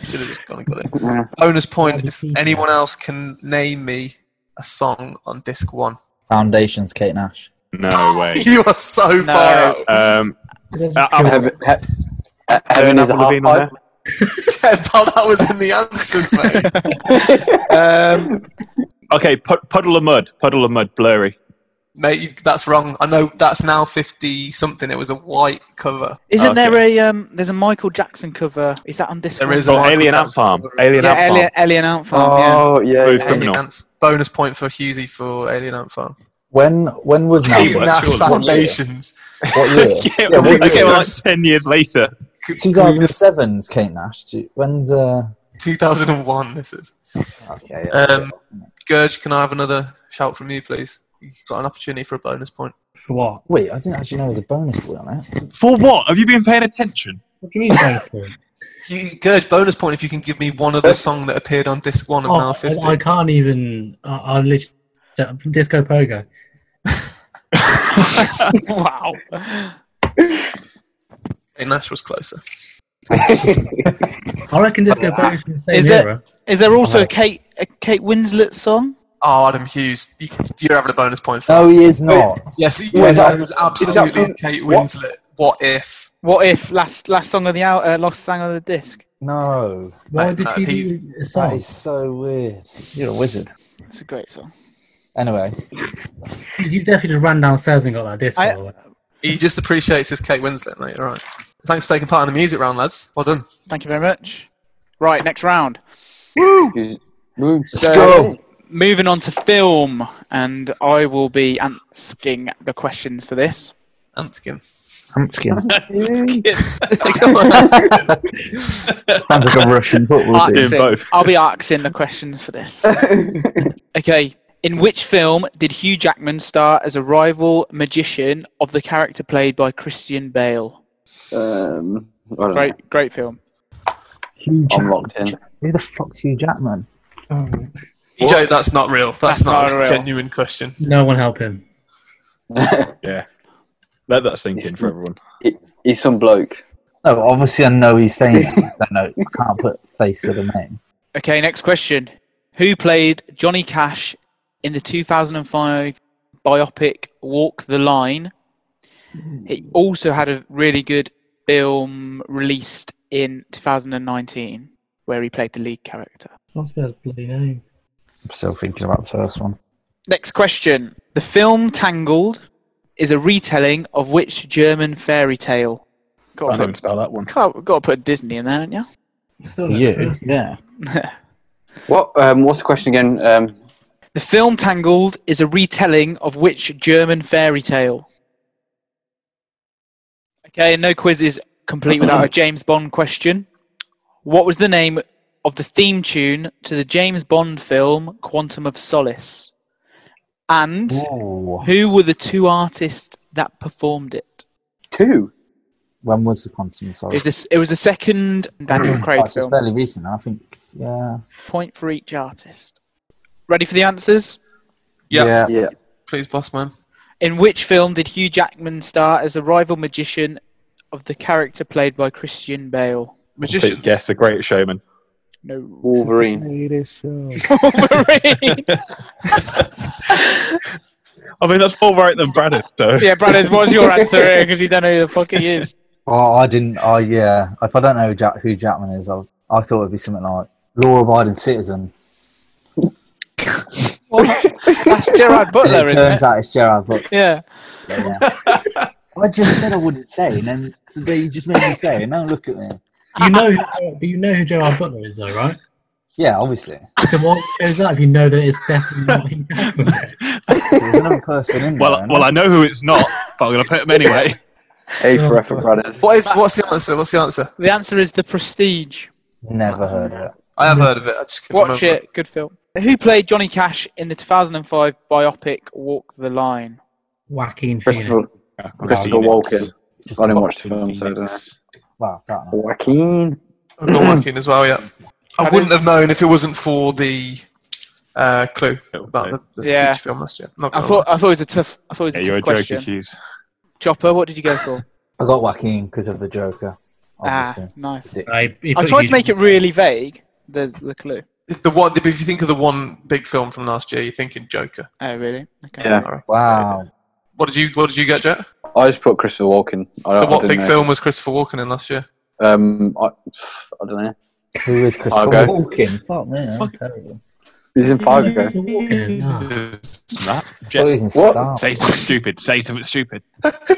S4: Should have just gone and got it.
S3: Yeah.
S4: Bonus point
S7: That'd
S4: if
S7: be easy.
S4: anyone else can name me a song on disc one. (laughs)
S5: Foundations, Kate Nash.
S6: No way.
S4: you are so
S2: No.
S4: far out. (laughs)
S6: Um, uh, Avril-
S3: Heaven, he- uh, heaven is a
S6: Avril
S3: half
S6: Lavigne on
S3: pipe.
S4: Yeah, pal, that was in the answers, mate.
S2: Um,
S6: there? Okay, Pud- puddle of mud. Puddle of mud. Blurry.
S4: mate, you, that's wrong. I know that's now 50 something. It was a white cover.
S2: isn't
S6: Okay.
S2: there a um? There's a Michael Jackson cover. Is that on disc?
S4: There
S2: one?
S4: is a
S6: Oh,
S4: Michael
S6: alien ant
S4: Jackson
S6: farm.
S4: cover.
S6: Alien
S2: Yeah,
S6: ant farm.
S2: Alien, Alien Ant Farm. yeah.
S3: Oh, yeah.
S6: Both
S3: yeah.
S6: criminal.
S4: Alien Ant- bonus point for Husey for Alien Ant Farm. (laughs)
S5: When when was
S4: Alien
S5: that?
S6: Ant
S4: Ant (laughs)
S6: surely.
S4: Foundations.
S5: what year?
S6: yeah,
S5: Yeah, what
S6: okay,
S5: year?
S6: well, like ten years later.
S4: C-
S5: Two thousand seven. Kate Nash. Two- When's uh?
S4: 2001, this is.
S5: Okay. that's a
S4: Um,
S5: bit-
S4: Gurge, can I have another shout from you, please? You've got an opportunity for a bonus point.
S7: For what?
S5: Wait, I didn't actually know there was a bonus point on that.
S6: For what? Have you been paying attention?
S7: What do you mean, bonus point?
S4: You, Gurge, bonus point if you can give me one other song that appeared on disc one of
S7: Oh,
S4: Now 50.
S7: I, I can't even. I, I literally. Disco Pogo.
S2: (laughs) wow.
S4: Kate Nash was closer.
S7: I reckon Disco Pogo is from the same
S2: Is it-
S7: era.
S2: Is there also a
S5: Nice.
S2: Kate a Kate Winslet song?
S4: Oh, Adam Hughes, you, you're having a bonus point for
S5: (laughs) No, he is not.
S4: Yes, yes,
S5: Uh, Yeah, that-
S4: it was absolutely
S3: that-
S4: Kate
S3: what?
S4: Winslet. What, if?
S2: What if last last song of the hour, uh, last song of the disc?
S5: No,
S7: Why did
S4: no,
S7: she
S4: he-
S7: do a
S5: that
S7: song?
S5: is so weird.
S3: You're a wizard.
S2: It's a great song.
S5: Anyway,
S7: You definitely just ran downstairs and got that disc.
S2: I-
S7: by the way.
S4: He just appreciates his Kate Winslet, mate. All right. Thanks for taking part in the music round, lads. Well done.
S2: Thank you very much. Right, next round.
S3: Let's
S2: So-
S3: go.
S2: Moving on to film, and I will be asking the questions for this.
S4: Antkin.
S5: Antkin.
S4: (laughs) Come on, Antkin.
S5: Sounds like a Russian football team.
S6: Doing both.
S2: I'll be asking the questions for this. Okay. In which film did Hugh Jackman star as a rival magician of the character played by Christian Bale?
S3: um, I don't know.
S2: Great, great film.
S5: Hugh
S3: I'm
S5: Jack-
S3: locked in.
S5: Who the fuck's Hugh Jackman?
S4: You joke, that's not real. That's,
S2: That's
S4: not,
S2: not
S4: a
S2: real.
S4: genuine question.
S7: No one help him.
S6: Yeah. Let that sink in for everyone.
S3: He's some bloke.
S5: Oh, obviously I know he's (laughs) famous. I don't know. I can't put face to the name.
S2: Okay, next question. Who played Johnny Cash in the 2005 biopic Walk the Line? It also had a really good film released in 2019 where he played the lead character.
S7: What's his bloody name?
S5: I'm still thinking about the first one.
S2: Next question. The film Tangled is a retelling of which German fairy tale?
S6: I
S2: Got
S6: can't
S2: to
S6: even
S2: put,
S6: spell that one.
S2: got to put Disney in there, haven't you?
S7: Still not the
S5: You?
S7: first.
S5: Yeah.
S3: What? Um, what's the question again? Um,
S2: The film Tangled is a retelling of which German fairy tale? Okay, no quiz is complete without a James Bond question. What was the name of the theme tune to the James Bond film Quantum of Solace? And
S5: Ooh.
S2: who were the two artists that performed it?
S3: two.
S5: When was the Quantum of
S2: It
S5: Solace?
S2: was this. It was the second Daniel
S5: Oh,
S2: Craig
S5: it's just
S2: film.
S5: fairly recent. I think. Yeah.
S2: Point for each artist. Ready for the answers?
S4: Yeah.
S5: Yeah.
S3: Yeah.
S4: Please, boss man.
S2: In which film did Hugh Jackman star as a rival magician of the character played by Christian Bale?
S4: Magician.
S6: Yes, the great showman.
S2: (laughs) No.
S3: Wolverine.
S2: Wolverine.
S6: I mean, that's more right than Brad. So.
S2: yeah, Brad, what's your answer Because you don't know who the fuck he is.
S5: Oh, I didn't. I yeah. If I don't know Jack, who Jackman is, I I thought it'd be something like law-abiding citizen.
S2: That's Gerard
S5: And
S2: Butler,
S5: it
S2: isn't
S5: turns
S2: it?
S5: out it's Gerard Butler.
S2: Yeah.
S5: Yeah. I just said I wouldn't say, and then today you just made me say it. Now look at me.
S7: You know, who, but you know who Gerard Butler is, though, right?
S5: Yeah, obviously.
S7: So why chose that if you know that it's definitely not him?
S2: (laughs)
S5: There's another person in there.
S6: Well, well, I know who it's not, but I'm going to put him anyway.
S3: A for effort, brothers.
S4: What is? What's the answer? What's the answer?
S2: The answer is The Prestige.
S5: never heard of it.
S4: I have heard of it. I just couldn't
S2: Watch
S4: remember.
S2: it. Good film. Who played Johnny Cash in the 2005 biopic Walk the Line?
S7: Joaquin Phoenix.
S3: Christopher, Christopher Walken. I didn't watch the film, so I don't know.
S5: Well, that one.
S3: Joaquin.
S4: I've
S2: Mm-hmm.
S4: got working as well. Yeah. I wouldn't have known if it wasn't for the uh, clue about the, the
S2: Yeah.
S4: feature film last year. Not
S2: I
S4: gonna
S2: thought I thought it was a tough. I thought it was
S6: Yeah,
S2: a
S6: you're a
S2: tough question.
S6: joker, Hughes.
S2: Chopper, what did you go
S7: (laughs)
S2: for?
S5: I got Joaquin because of the Joker.
S2: ah,
S5: Obviously.
S2: nice.
S7: I, he
S2: I
S7: put
S2: tried
S7: you-
S2: to make it really vague. The the clue.
S4: If the one, if you think of the one big film from last year, you're thinking Joker.
S2: Oh, really? Okay.
S4: I
S3: Yeah.
S4: reckon.
S5: Wow.
S4: What did you What did you get, Jack?
S3: I just put Christopher Walken. I,
S4: So,
S3: Uh, I
S4: what
S3: didn't
S4: big
S3: know.
S4: film was Christopher Walken in last year? (laughs)
S3: Um, I, I don't know.
S5: Who is Christopher
S3: Okay.
S5: Walken? Fuck me, I'm terrible.
S3: He's in (laughs) Fargo.
S7: Christopher Walken is, ah.
S6: That?
S5: Oh,
S6: Jet.
S5: he's in
S3: What?
S5: Star.
S6: Say something stupid. Say something stupid.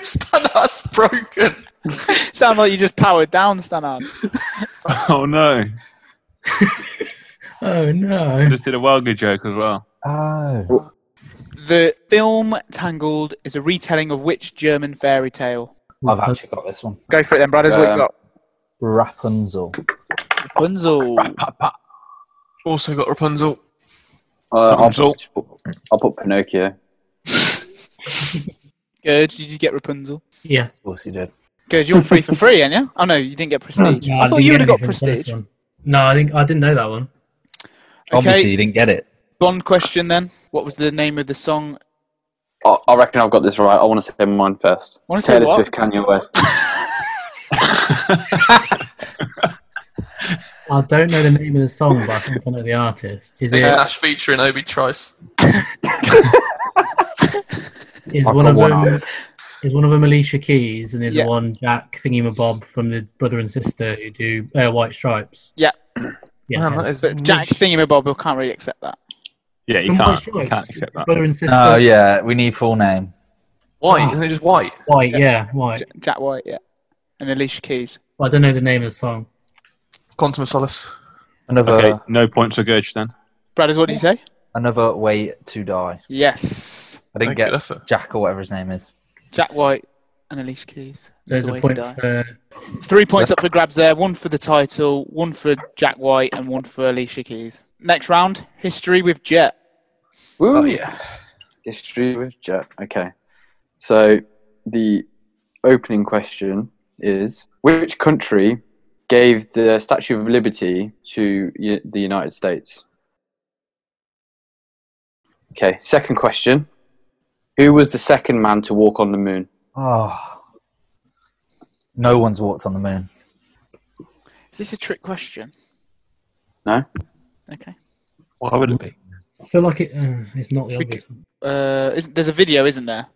S4: Stan, that's broken.
S2: (laughs) Sound like you just powered down, Stannard.
S6: (laughs) Oh no!
S7: Oh
S6: I
S7: no!
S6: just did a worldly joke as well.
S5: Oh.
S2: The film Tangled is a retelling of which German fairy tale?
S5: I've actually got this one.
S2: Go for it then, brothers. what you
S3: Um,
S2: got?
S5: Rapunzel.
S2: Rapunzel.
S4: Also got Rapunzel.
S3: Uh, I'll,
S6: Rapunzel.
S3: put, I'll put Pinocchio.
S2: Good. Did you get Rapunzel?
S7: Yeah,
S5: Of course he did.
S2: Good. You're free for free, ain't you? Oh no, you didn't get Prestige.
S7: (laughs) No,
S2: I thought
S7: didn't
S2: you
S7: get
S2: would have got
S7: anything for the first
S2: Prestige.
S7: one. No, I think I didn't know that one.
S5: Obviously,
S2: Okay.
S5: you didn't get it.
S2: Bond question then. What was the name of the song?
S3: I, I reckon I've got this right. I want to say mine first.
S2: Wanna say
S3: Taylor
S2: what?
S3: Swift, Kanye West.
S7: I don't know the name of the song, but I think I know the artist. Is
S4: The
S7: it?
S4: Ash featuring Obi Trice.
S7: Is
S5: I've
S7: one
S5: got
S7: of
S5: one
S7: them?
S5: artist.
S7: Is one of them Alicia Keys, and the other
S2: Yeah.
S7: one Jack Thingy Bob from the brother and sister who do uh, White Stripes.
S2: Yeah.
S7: Yeah,
S4: Man, that is
S2: But Jack
S4: niche.
S2: Thingamabob can't really accept that.
S6: Yeah, you
S7: From White
S6: can't. You
S7: Stripes.
S6: can't accept that.
S7: Brother and sister.
S5: Oh, yeah, we need full name.
S4: White, isn't it just white?
S7: White, yeah, white.
S2: J- Jack White, yeah, and Alicia Keys.
S7: But I don't know the name of the song.
S4: Quantum of Solace.
S5: Another.
S6: Uh, Okay, no points for Gerge then.
S2: Brothers, what did you say?
S8: Another Way to Die.
S2: Yes.
S8: I didn't
S4: Make good
S8: get
S4: effort.
S8: Jack or whatever his name is.
S2: Jack White and Elise Keys.
S7: There's
S2: The
S7: a
S2: way to
S7: point
S2: die.
S7: for
S2: Three points up for grabs there. One for the title, one for Jack White, and one for Alicia Keys. Next round, history with Jet.
S4: Oh
S3: Woo!
S4: yeah.
S3: History with Jet. Okay. So the opening question is which country gave the Statue of Liberty to U- the United States? Okay, second question. Who was the second man to walk on the moon?
S8: Oh. No one's walked on the moon.
S2: Is this a trick question?
S3: No?
S2: Okay.
S6: Why would it be?
S7: I feel like it. Uh, it's not the
S2: We
S7: obvious one.
S2: Uh, is, there's a video, isn't there?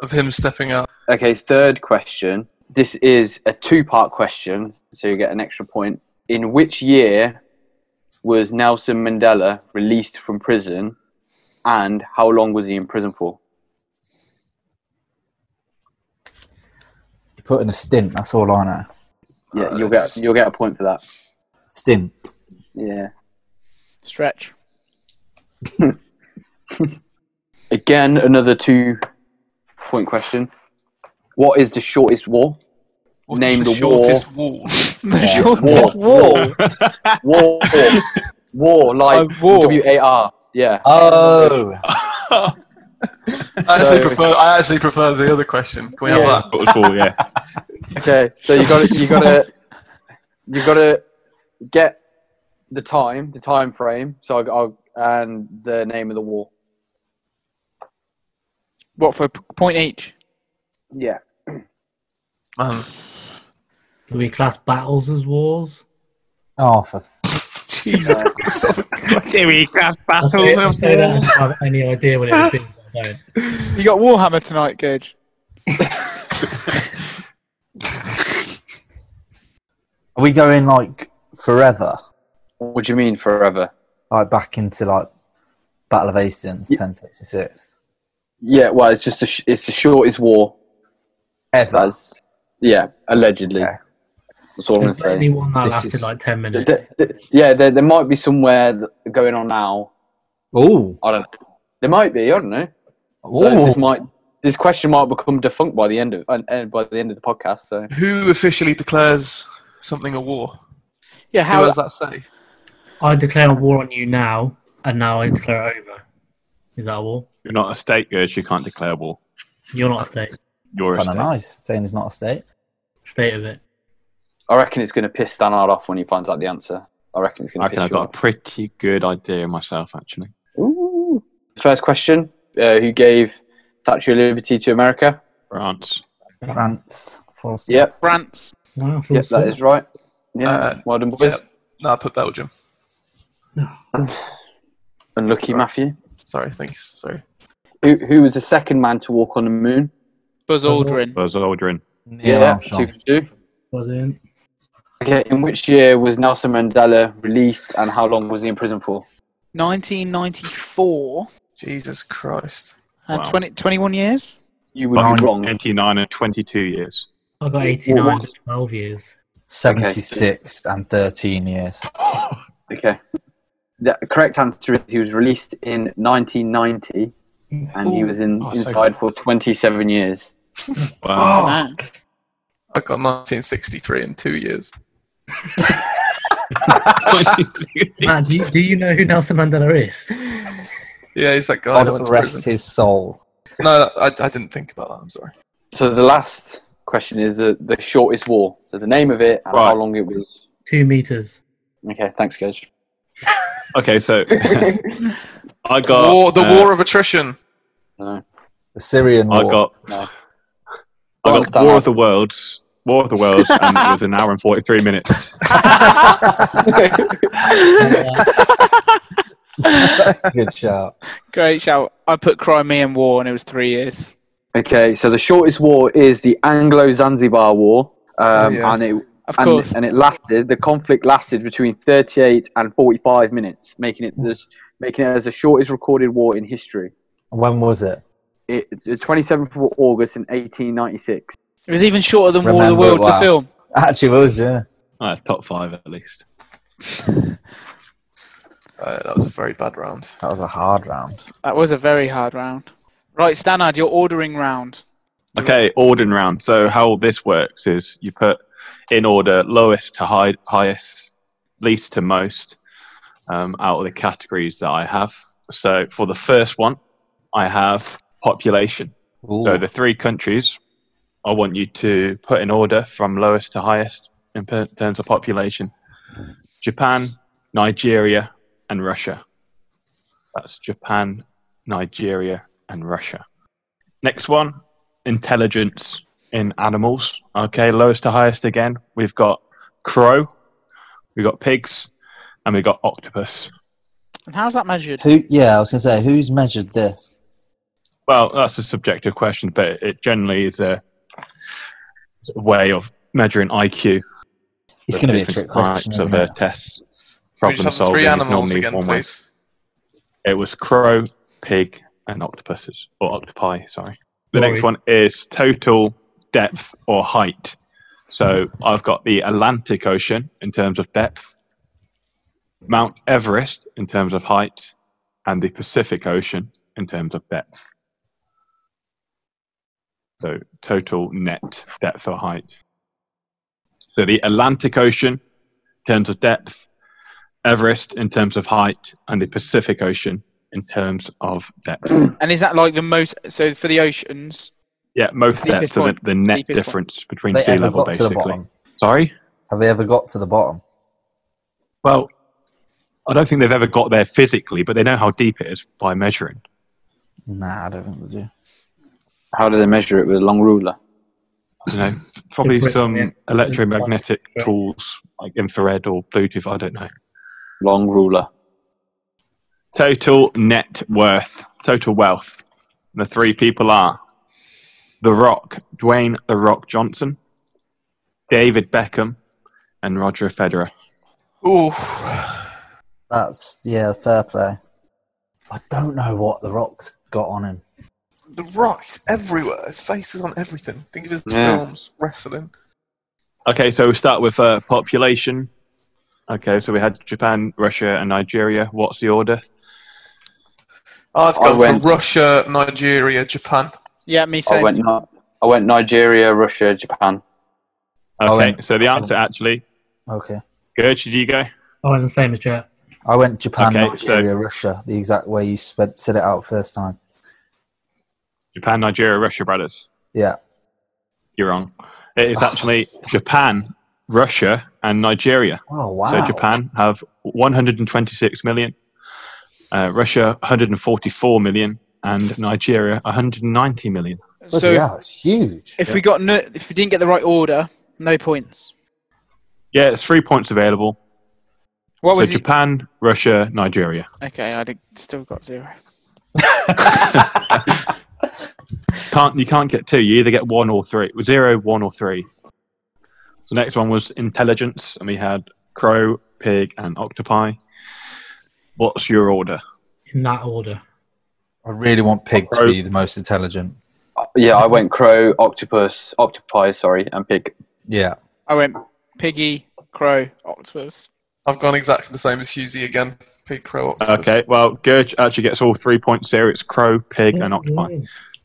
S4: Of him stepping out.
S3: Okay, third question. This is a two part question, so you get an extra point. In which year was Nelson Mandela released from prison and how long was he in prison for?
S8: You put in a stint, that's all I know.
S3: Yeah,
S4: Uh,
S3: you'll
S4: this
S3: get
S4: is-
S3: you'll get a point for that.
S8: Stint.
S3: Yeah.
S2: (laughs) Stretch.
S3: Again, another two point question. What is the shortest war?
S4: What
S3: Name
S4: is
S3: the
S4: the,
S3: war.
S4: shortest wall.
S2: Shortest wall.
S4: (laughs)
S3: War, war, like
S2: Oh, war.
S3: W A R. Yeah.
S8: Oh.
S4: I actually
S3: So-
S4: prefer. I actually prefer the other question. Can we
S3: Yeah.
S4: have that?
S6: It was four, yeah.
S3: Okay, so you got to you got to you got to get the time, the time frame. So I, will and the name of the war.
S2: What for a p- point each?
S3: Yeah.
S4: Man,
S7: Do we class battles as wars?
S8: Oh, for f-
S4: Jesus. Christ.
S7: I say, I say that as I have any idea what it would be. but I
S3: (laughs)
S7: don't.
S2: You got Warhammer tonight, Gage.
S8: Are we going like forever?
S3: What do you mean forever?
S8: Like back into like Battle of Hastings,
S3: Ye-
S8: 1066?
S3: Yeah. Well, it's just a sh- it's the shortest war.
S8: Ever.
S3: That's yeah, allegedly.
S8: Yeah.
S3: That's all I'm gonna
S7: There's
S3: say.
S7: only one that
S8: This
S7: lasted
S8: is-
S7: like ten
S3: Th-
S7: minutes.
S3: th- th- yeah, there, there might be somewhere th- going on now.
S8: Oh.
S3: I don't know. There might be. I don't know. So this might this question might become defunct by the end of uh, uh, by the end of the podcast. So
S4: Who officially declares something a war?
S2: Yeah,
S4: How
S2: how
S4: does that say?
S7: I declare war on you now, and now I declare it over. Is that a war?
S6: You're not a state, Gersh. You can't declare war.
S7: You're not a state.
S6: You're a
S8: Kind of
S6: state.
S8: nice, saying it's not a state.
S7: State of it.
S3: I reckon it's going to piss Stannard off when he finds out the answer. I reckon it's
S6: I
S3: going to
S6: reckon
S3: piss
S6: I've
S3: you
S6: got a
S3: off.
S6: pretty good idea myself, actually.
S3: Ooh. First question: uh, Who gave Statue of Liberty to America?
S6: France.
S8: France. False.
S3: Yep,
S2: France?
S7: Wow, full
S3: yep, that
S7: circle.
S3: is right. Yeah,
S4: Uh,
S3: well done, boys.
S4: Yeah. No, I put Belgium.
S3: Unlucky Matthew.
S4: Sorry, thanks. Sorry.
S3: Who who was the second man to walk on the moon?
S2: Buzz
S7: Buzz
S2: Aldrin.
S6: Buzz Aldrin.
S8: Neil
S3: two
S8: Armstrong.
S3: for two.
S7: Was it?
S3: Okay, in which year was Nelson Mandela released and how long was he in prison for?
S2: 1994
S4: Jesus Christ.
S2: and
S6: Wow.
S2: 20, 21 years.
S3: You would be wrong.
S6: 29 and 22 years.
S7: I got 89
S3: War.
S7: to 12 years.
S8: 76 and 13 years.
S3: Okay. The correct answer is he was released in 1990 and he was in,
S6: Oh, so
S3: inside for 27 years.
S6: Wow.
S2: Man.
S4: I got 1963 in two years. Oh.
S7: Matt, do you, do you know who Nelson Mandela is?
S4: Yeah, he's that
S6: Oh,
S4: guy
S8: God
S4: that went to
S8: rest
S4: prison.
S8: his soul.
S4: No, I, I didn't think about that. I'm sorry.
S3: So the last question is the, the shortest war. So the name of it and
S6: Right.
S3: how long it was.
S7: Two meters.
S3: Okay, thanks, guys.
S6: (laughs)
S4: (laughs)
S6: Okay, so I got
S4: war, the
S6: uh,
S4: war of attrition.
S3: No.
S8: The Syrian
S6: I
S8: war.
S6: got
S3: No.
S6: I
S3: Well,
S6: got War of the Worlds. War of the Worlds, and it was an hour and forty-three minutes.
S7: Uh,
S8: (laughs) That's a good shout.
S2: Great shout. I put Crimean War and it was three years.
S3: okay, so the shortest war is the Anglo Zanzibar War. Um,
S4: yeah.
S3: And it
S2: Of
S3: and,
S2: course.
S3: and it lasted. The conflict lasted between 38 and 45 minutes, making it the, making it as the shortest recorded war in history.
S8: When was it?
S3: It, the 27th of August in 1896.
S2: It was even shorter than War of the
S8: Remember,
S2: Worlds, the
S8: wow.
S2: film.
S8: Actually, it was, yeah.
S6: Oh, it's top five at least.
S4: Uh, that was a very bad round.
S8: That was a hard round.
S2: That was a very hard round. Right, Stannard, you're ordering round.
S6: Okay, ordering round. So how this works is you put in order lowest to high, highest, least to most, um, out of the categories that I have. So for the first one, I have population.
S5: Ooh.
S6: So the three countries, I want you to put in order from lowest to highest in per- terms of population: Japan, Nigeria, and Russia. That's Japan, Nigeria, and Russia. Next one, intelligence in animals. Okay, lowest to highest again. We've got crow, we've got pigs, and we've got octopus.
S2: And how's that measured?
S5: Who? Yeah, I was gonna say who's measured this.
S6: Well, that's a subjective question, but it generally is a, it's a way of measuring IQ.
S5: It's
S6: The
S5: gonna be a
S6: different
S5: trick question,
S6: types of
S5: isn't
S6: uh,
S5: it?
S6: tests.
S4: Can we just
S6: Problem
S4: have the three
S6: solving is
S4: animals
S6: normally
S4: again,
S6: one way.
S4: please?
S6: It was crow, pig, and octopuses, or octopi. Sorry. The
S7: Sorry.
S6: next one is total depth or height. So I've got the Atlantic Ocean in terms of depth, Mount Everest in terms of height, and the Pacific Ocean in terms of depth. So total net depth or height. So the Atlantic Ocean in terms of depth, Everest in terms of height, and the Pacific Ocean in terms of
S8: (clears throat)
S6: depth.
S2: And is that like the most? So for the oceans,
S6: Yeah, most
S2: Deepest
S6: depth, so the,
S2: point.
S6: the net
S2: Deepest point.
S6: difference between
S8: They
S6: sea
S8: ever
S6: level,
S8: got to the
S6: basically.
S8: bottom?
S6: Sorry?
S8: Have they ever got to the bottom?
S6: Well, I don't think they've ever got there physically, but they know how deep it is by measuring.
S8: Nah, I don't think they do.
S3: How do they measure it with a long ruler?
S2: (laughs)
S6: You know, probably
S7: Equipment, yeah.
S6: some electromagnetic
S7: Yeah.
S6: tools like infrared or Bluetooth, I don't know.
S3: Long ruler.
S6: Total net worth, total wealth. The three people are The Rock, Dwayne The Rock Johnson, David Beckham, and Roger Federer.
S4: Ooh,
S5: That's yeah, fair play.
S8: I don't know what the Rock's got on him.
S4: the rock is everywhere. His face is on everything. Think of his
S3: Yeah.
S4: films, wrestling.
S6: Okay, so we start with uh, population. Okay, so we had Japan, Russia, and Nigeria. What's the order?
S4: I've
S3: I
S4: gone
S3: went-
S4: for Russia, Nigeria, Japan.
S2: yeah, me
S3: I
S2: saying.
S3: went, Ni- I went Nigeria, Russia, Japan.
S8: Oh,
S6: Okay,
S8: and-
S6: so the answer actually,
S8: Okay.
S6: Gertrude, you go?
S7: Oh, and the same as Jet.
S8: I went Japan,
S6: Okay, so-
S8: Nigeria, Russia, the exact way you sp- said it out first time.
S6: Japan, Nigeria, Russia, brothers.
S8: Yeah.
S6: You're wrong. It is actually Japan, Russia, and Nigeria.
S8: Oh, wow.
S6: So Japan have 126 million, uh, Russia 144 million, and Nigeria 190 million.
S8: So,
S2: so
S8: yeah, it's huge.
S2: if we got no, if we didn't get the right order, no points.
S6: Yeah, it's three points available.
S2: What
S6: So
S2: was it?
S6: Japan, Russia, Nigeria.
S2: Okay, I did, still got zero.
S6: Can't you can't get two? You either get one or three. Zero, one or three. The next one was intelligence, and we had crow, pig, and octopi. What's your order?
S7: In that order.
S8: I really want Pig
S6: to be
S8: the most intelligent.
S3: Uh, Yeah, I went crow, octopus, octopi, sorry, and pig.
S8: Yeah.
S2: I went piggy, crow, octopus.
S4: I've gone exactly the same as Husey again. Pig Crow Octopus.
S6: Okay, well, Gurge actually gets all three points here. It's crow, pig, and octopi.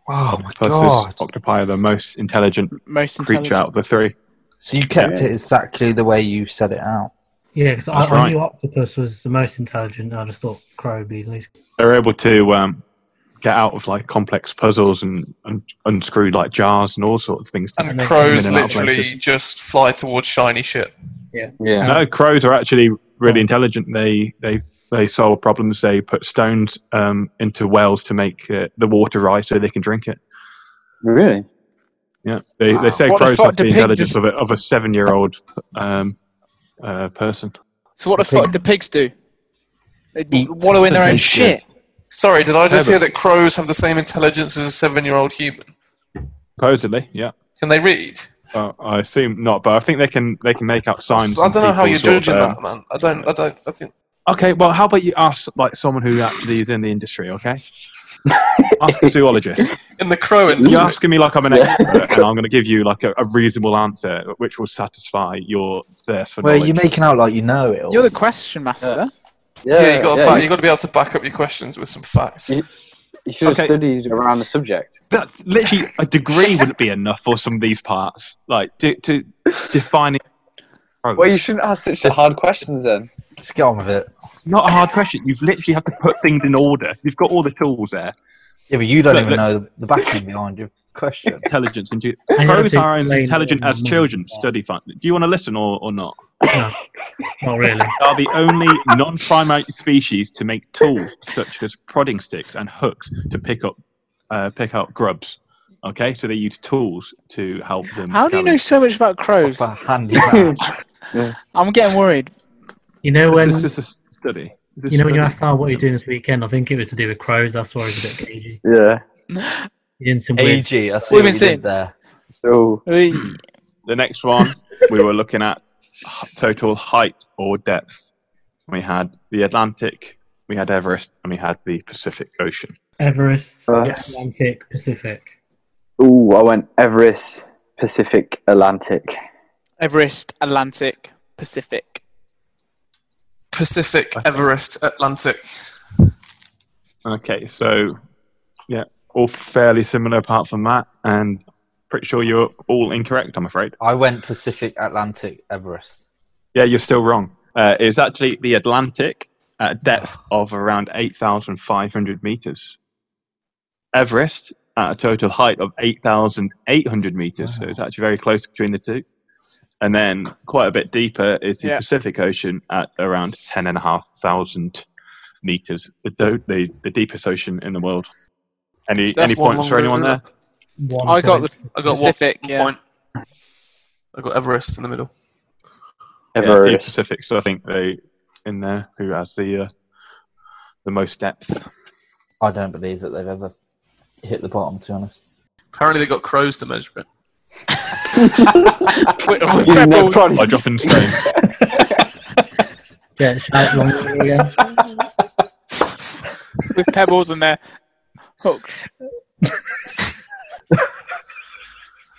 S8: Oh, my
S6: Plus, this octopi are the most intelligent
S2: Most intelligent.
S6: creature out of the three.
S8: So you kept it exactly the way you said it out.
S7: Yeah, because I,
S6: That's
S7: I
S6: right.
S7: knew Octopus was the most intelligent. and I just thought Crow would be the least.
S6: They're able to um, get out of like complex puzzles and, and unscrew like jars and all sorts of things. to
S4: And
S7: And they-
S4: crows
S6: in and out of
S4: literally
S6: places.
S4: just fly towards shiny shit.
S3: Yeah.
S6: No, crows are actually really intelligent. They they they solve problems. They put stones um, into wells to make uh, the water rise so they can drink it.
S3: Really?
S6: Yeah, they they say
S2: What the
S6: crows
S2: fuck
S6: have
S2: do
S6: the
S2: pigs-
S6: intelligence of a of a seven year old um, uh, person.
S2: So what the fuck do pigs do? They
S8: Eat
S2: wallow in their own
S8: potato.
S2: shit.
S4: Sorry, did I just
S6: Yeah,
S4: hear
S6: but-
S4: that crows have the same intelligence as a seven-year-old human?
S6: Supposedly, yeah.
S4: Can they read?
S6: Well, I assume not, but I think they can they can make out signs.
S4: I don't know
S6: and
S4: how
S6: people
S4: you're
S6: sort of,
S4: judging
S6: um,
S4: that, man. I don't. I don't. I think.
S6: Okay, well, how about you ask like someone who actually is in the
S3: (laughs)
S6: industry? Okay, ask a zoologist.
S4: In the crow
S6: You're
S4: industry,
S6: asking me like I'm an
S3: Yeah.
S6: expert, and I'm going to give you like a, a reasonable answer, which will satisfy your thirst for
S8: Well,
S6: knowledge.
S8: you're making out like you know it all.
S2: You're the question master.
S4: Yeah, you got to you got to be able to back up your questions with some facts.
S3: You- You should have
S6: Okay.
S3: studied around the subject.
S6: That literally a degree wouldn't be enough for some of these parts. Like to to define it.
S3: Well, you shouldn't ask such a hard questions then.
S8: Let's get on with it.
S6: not a hard question. You've literally have to put things in order. You've got all the tools there.
S8: Yeah, but you don't
S6: Look,
S8: even
S6: look.
S8: know the, the back end behind your
S6: (laughs)
S8: question.
S6: Intelligence and you-
S7: I know
S6: pros
S7: to
S6: are as
S7: explain
S6: intelligent
S7: it in
S6: as
S7: a minute.
S6: children. Study fun. Do you want to listen or, or not?
S7: Not really.
S6: They Are the only non-primate species to make tools such as prodding sticks and hooks to pick up uh, pick out grubs. Okay, so they use tools to help them.
S2: How do you
S6: carry-
S2: know so much about crows?
S8: Proper handy
S6: (laughs)
S8: man.
S2: I'm getting worried.
S7: You know when
S6: This is just a study. This
S7: you know when you
S6: study.
S7: asked Sal what you're doing this weekend, I think it was to do with crows. That's why I was a bit cagey.
S3: Yeah.
S7: You're doing some weird.
S8: AG, I see what
S2: We've been
S8: you
S2: seeing-
S8: did there.
S3: So
S2: We-
S6: The next one we were looking at h- total height or depth. We had the Atlantic, we had Everest, and we had the Pacific Ocean.
S7: Everest,
S3: Uh,
S4: Yes.
S7: Atlantic, Pacific.
S3: Ooh, I went Everest, Pacific, Atlantic.
S2: Everest, Atlantic, Pacific.
S4: Pacific, Everest, Atlantic.
S6: Okay, so yeah, all fairly similar apart from that, and pretty sure you're all incorrect. I'm afraid.
S8: I went Pacific, Atlantic, Everest.
S6: Yeah, you're still wrong. Uh, it's actually the Atlantic at a depth of around 8,500 meters. Everest at a total height of 8,800 meters. So it's actually very close between the two. And then quite a bit deeper is the
S2: Yeah.
S6: Pacific Ocean at around 10,500 meters, the, do- the, the deepest ocean in the world. Any,
S4: So that's
S6: any
S4: one
S6: points for
S4: longer,
S6: anyone
S4: isn't
S6: there?
S4: it?
S7: One
S2: I got
S7: point.
S2: the
S4: I got
S2: Pacific,
S4: one
S2: yeah.
S4: point. I got Everest in the middle.
S6: Yeah, the
S3: Everest.
S6: Pacific. So I think they in there who has the uh, the most depth.
S8: I don't believe that they've ever hit the bottom, to be honest.
S4: Apparently, they got crows to measure it.
S3: Using their
S2: pebbles.
S3: prodding-
S6: By dropping stones.
S7: Yeah, shout long again.
S2: (laughs) with pebbles and their hooks.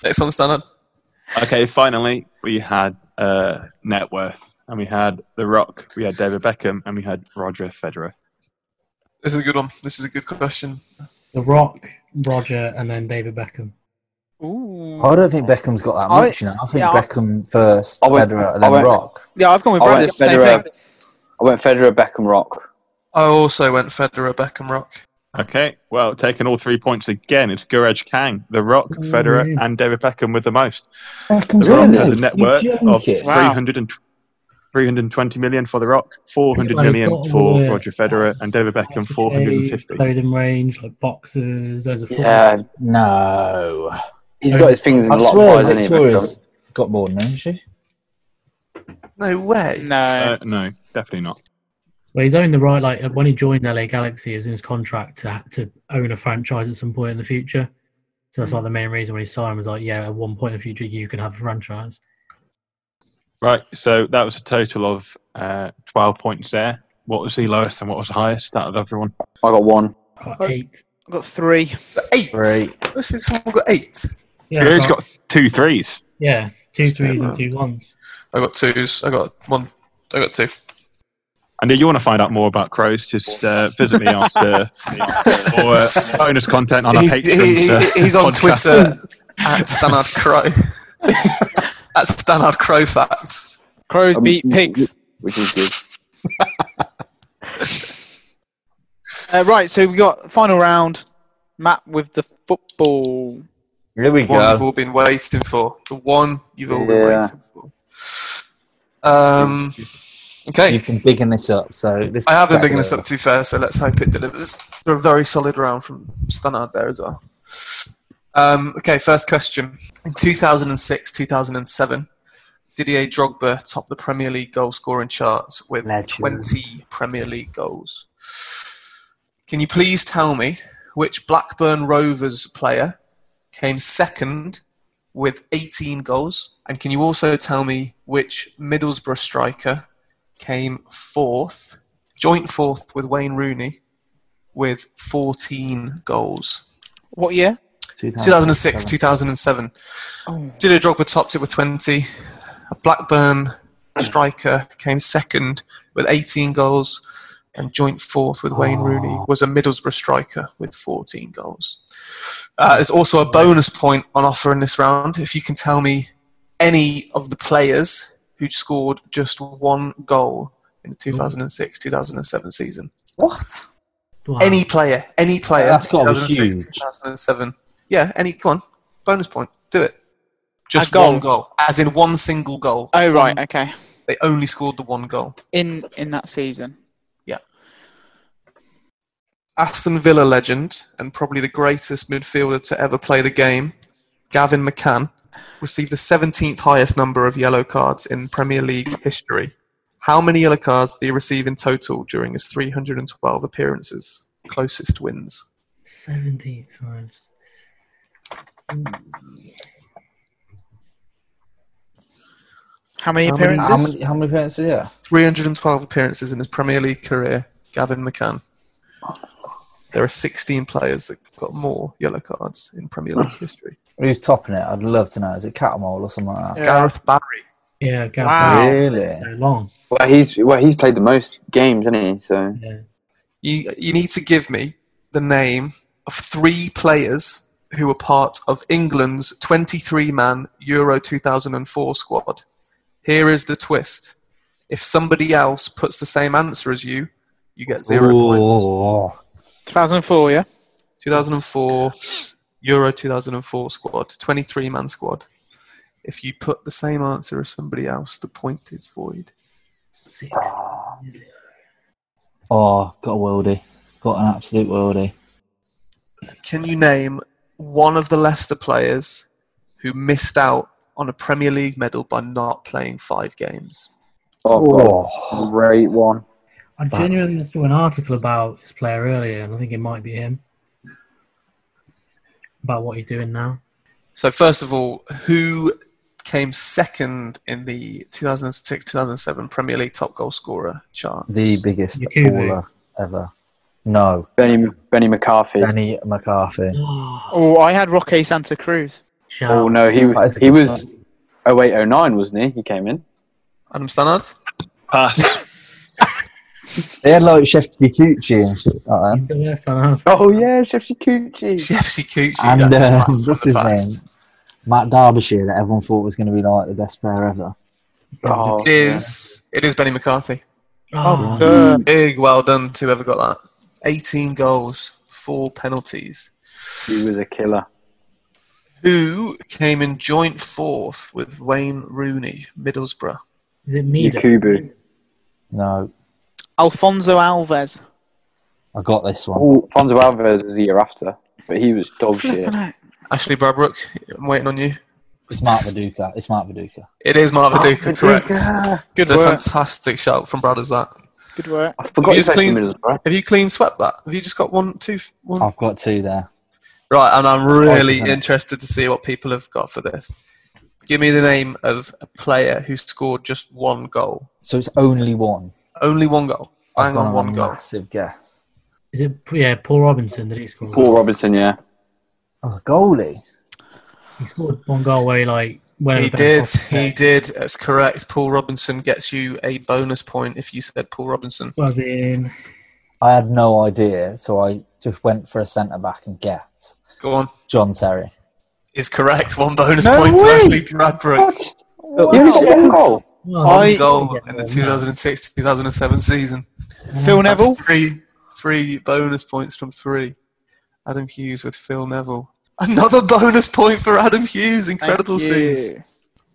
S4: Next one, Standard.
S6: (laughs) Okay, finally, we had uh, net worth, and we had The Rock, we had David Beckham, and we had Roger Federer.
S4: This is a good one. This is a good question.
S7: The Rock, Roger, and then David Beckham.
S2: Ooh.
S8: I don't think Beckham's got that
S2: I-
S8: much, you know. I think
S2: yeah, I-
S8: Beckham first,
S3: I went-
S8: Federer, and
S3: I
S8: then
S3: went-
S8: Rock.
S2: Yeah, I've gone with
S3: I
S2: Brad.
S3: went
S2: It's the same thing.
S3: Federer. I went Federer, Beckham, Rock.
S4: I also went Federer, Beckham, Rock.
S6: Okay, well, taking all three points again, it's Guraj Kang, The Rock,
S7: Mm-hmm.
S6: Federer,
S7: Ooh.
S6: and David Beckham with the most.
S8: Beckham's
S6: The Rock
S8: really?
S6: has a net
S8: You're
S6: worth of
S8: joking.
S6: 300 and, 320 million for The Rock, 400
S7: Well, he's got
S6: million
S7: all
S6: for
S7: the-
S6: Roger Federer, and David Beckham,
S7: Sausage,
S6: 450.
S7: Clothing range, like boxers, loads of football.
S3: Yeah,
S8: No.
S3: Um, he's got his fingers in
S8: I
S3: a lot
S8: swear
S3: of pies, hasn't he?
S8: Victoria's got more than hasn't she?
S4: No way.
S2: No.
S6: Uh, no, definitely not.
S7: Well, he's owned the right, like when he joined LA Galaxy, it was in his contract to to own a franchise at some point in the future. So
S2: Hmm.
S7: that's like the main reason when he signed was like, yeah, at one point in the future you can have a franchise.
S6: Right, so that was a total of uh, 12 points there. What was the lowest and what was the highest out of everyone?
S3: I got one.
S7: Got
S2: Okay.
S7: eight.
S2: I've got three.
S4: Eight.
S8: Three.
S4: This is someone got eight.
S7: Yeah,
S6: Gary's
S7: but-
S6: got two threes.
S7: yeah, two threes and two ones.
S4: I got twos. I got one. I got two.
S6: And if you want to find out more about crows, just uh,
S4: (laughs)
S6: visit me after or uh, bonus content on our
S4: He-
S6: Patreon.
S4: he-
S6: uh,
S4: he- he's on
S6: podcast.
S4: Twitter at Stannard Crow. (laughs) at Stannard Crow Facts.
S2: Crows
S3: Um,
S2: beat pigs.
S3: Which is good.
S2: Uh, right, so we got final round. Matt with the football.
S8: Here we
S4: The one you've
S8: go.
S4: all been waiting for. The one you've all been
S3: Yeah.
S4: waiting for. Um, okay.
S8: You've been bigging this up, so this
S4: I have been bigging this up to be fair, so let's hope it delivers. For a very solid round from Stannard there as well. Um, okay, first question. In 2006 2007, Didier Drogba topped the Premier League goal scoring charts with
S8: Legend.
S4: 20 Premier League goals. Can you please tell me which Blackburn Rovers player came second with 18 goals? And can you also tell me which Middlesbrough striker came fourth, joint fourth with Wayne Rooney, with 14 goals?
S2: What year?
S4: 2006, 2007.
S2: Oh.
S4: Didier Drogba topped it with 20. A Blackburn striker came second with 18 goals. and joint fourth with Wayne Rooney was a Middlesbrough striker with 14 goals. Uh, there's also a bonus point on offer in this round if you can tell me any of the players who scored just one goal in the 2006 2007 season.
S8: What?
S7: Wow.
S4: Any player, any player.
S8: That's gotta be huge.
S4: 2007. Yeah, any. Come on, bonus point. Do it. Just
S2: goal.
S4: one goal, as in one single goal.
S2: Oh right, okay.
S4: They only scored the one goal.
S2: In in that season,
S4: Aston Villa legend and probably the greatest midfielder to ever play the game, Gavin McCann, received the 17th highest number of yellow cards in Premier League history. How many yellow cards did he receive in total during his 312 appearances? Closest wins.
S7: 17 times.
S2: how many
S4: How many-
S2: appearances?
S8: How many, how many parents? Yeah.
S4: 312 appearances in his Premier League career, Gavin McCann. There are 16 players that got more yellow cards in Premier League history.
S8: Who's topping it? I'd love to know. Is it Catamole or something like that?
S2: Yeah.
S4: Gareth Barry.
S7: Yeah, Gareth
S2: Wow.
S7: Bale.
S8: Really?
S7: So long.
S3: Well, he's well, he's played the most games, hasn't he? So
S7: Yeah.
S4: you you need to give me the name of three players who were part of England's 23 man Euro 2004 squad. Here is the twist. If somebody else puts the same answer as you, you get zero points.
S8: Oh.
S2: 2004, yeah.
S4: 2004 Euro 2004 squad, 23 man squad. If you put the same answer as somebody else, the point is void.
S7: Six.
S5: Oh, got a worldie. Got an absolute worldie.
S4: Can you name one of the Leicester players who missed out on a Premier League medal by not playing five games?
S3: oh, God. great one.
S7: I genuinely saw an article about this player earlier, and I think it might be him. About what he's doing now. (gasps)
S4: So, first of all, who came second in the 2006 2007 Premier League top goal scorer charts?
S8: The biggest
S7: Yakubu.
S8: baller ever. No,
S3: Benny Benny McCarthy.
S8: Benny McCarthy.
S7: Oh,
S2: Oh, I had Rocky Santa Cruz.
S3: Oh no, he
S8: That is a
S3: he
S8: good
S3: was 0809, wasn't he? He came in.
S4: Adam Stannard?
S6: Pass.
S8: They had like Shefty Coochie and shit like that.
S3: Oh yeah, Shefty Coochie.
S4: Jeffy Coochie.
S8: And
S4: that's
S8: uh,
S4: right, from
S8: what's
S4: the
S8: his
S4: past.
S8: name? Matt Derbyshire, that everyone thought was going to be like the best player ever.
S3: Oh,
S4: It is, it is Benny McCarthy.
S7: Oh,
S2: Uh,
S4: Big well done to whoever got that. 18 goals, four penalties.
S3: yeah. he was a killer.
S4: Who came in joint fourth with Wayne Rooney, Middlesbrough?
S7: is it me?
S3: Yakubu.
S8: No,
S2: Alfonso Alves.
S8: I got this one.
S3: Oh, Fonzo Alvarez was the year after, but he was dog shit.
S8: (laughs)
S2: Flippin' heck.
S4: Ashley Barbrook, I'm waiting on you.
S8: It's Mark Viduka. It's Mark Viduka.
S4: It is Mark Viduka, correct.
S2: Good
S4: it's a
S2: work.
S4: fantastic shout from Brad, is that?
S2: Good work.
S3: I forgot
S4: He was
S3: he played for
S4: clean.
S3: Middlesbrough.
S4: Have you clean swept that? Have you just got one, two, f- one?
S5: Oh.
S8: I've got two there.
S4: Right, and I'm really
S8: Oh, yeah.
S4: interested to see what people have got for this. Give me the name of a player who scored just one goal.
S8: So it's only one.
S4: Only one goal.
S8: I've
S4: Bang
S8: gone
S4: on one
S8: a
S4: goal.
S8: Massive guess.
S7: Is it yeah? Paul Robinson that he scored.
S3: Paul Robinson, yeah.
S8: Oh, goalie.
S7: He scored one goal where he like where
S4: He did. He did. That's correct. Paul Robinson gets you a bonus point if you said Paul Robinson.
S7: was in.
S8: I had no idea, so I just went for a centre back and guessed.
S4: Go on.
S8: John Terry.
S4: Is correct. One bonus
S2: No
S4: point to
S2: way!
S4: Ashley Bradbrook.
S3: He only got one goal.
S7: Well,
S2: I-
S4: One goal in the 2006 2007 season.
S2: Phil
S4: That's
S2: Neville.
S4: Three, three bonus points from three. Adam Hughes with Phil Neville. Another (laughs) bonus point for Adam Hughes. Incredible
S2: Thank you.
S4: series.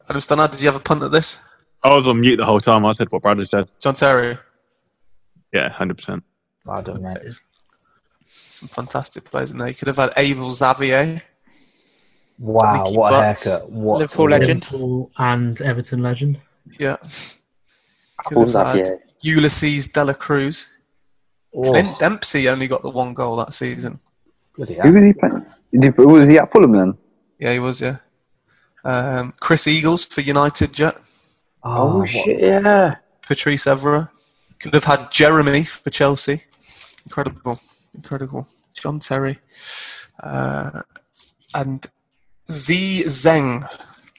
S4: Adam Stannard, did you have a punt at this?
S6: I was on mute the whole time. I said what Brad had said.
S4: John Terry.
S6: Yeah, hundred percent.
S8: I don't know.
S4: Some fantastic players in there. You could have had Abel Xavier.
S8: Wow,
S4: Nicky
S8: what a
S4: Butt.
S8: haircut. What
S2: Liverpool
S8: a-
S2: legend.
S7: Liverpool and Everton legend.
S4: Yeah. Could
S3: Paul
S4: have had
S3: Xavier.
S4: Ulysses Dela Cruz.
S8: Oh,
S4: Clint Dempsey only got the one goal that season.
S8: bloody
S3: Who
S8: hell.
S3: was he playing? Did- Was he at Fulham then?
S4: Yeah, he was, yeah. Um, Chris Eagles for United, yeah.
S8: Oh, what-
S3: yeah.
S4: Patrice Evra. Could have had Jeremy for Chelsea. Incredible. Incredible. John Terry. Uh, and Zi Zeng,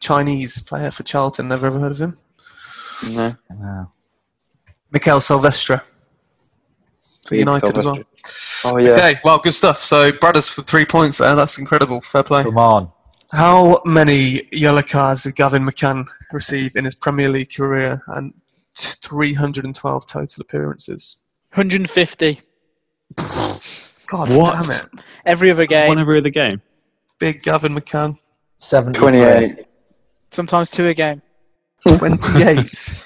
S4: Chinese player for Charlton. Never ever heard of him.
S3: No.
S8: Wow.
S4: Mikel Silvestre. for United as well.
S3: Oh yeah.
S4: Okay, well, good stuff. So Brothers for three points there. That's incredible. Fair play.
S5: Come on.
S4: How many yellow cards did Gavin McCann receive in his Premier League career and t- 312 total appearances?
S2: 150
S4: God
S6: What?
S4: damn it.
S2: every other
S6: One
S2: game,
S6: every other game.
S4: Big Gavin McCann.
S5: 73.
S3: 28.
S2: sometimes two a game.
S4: 28.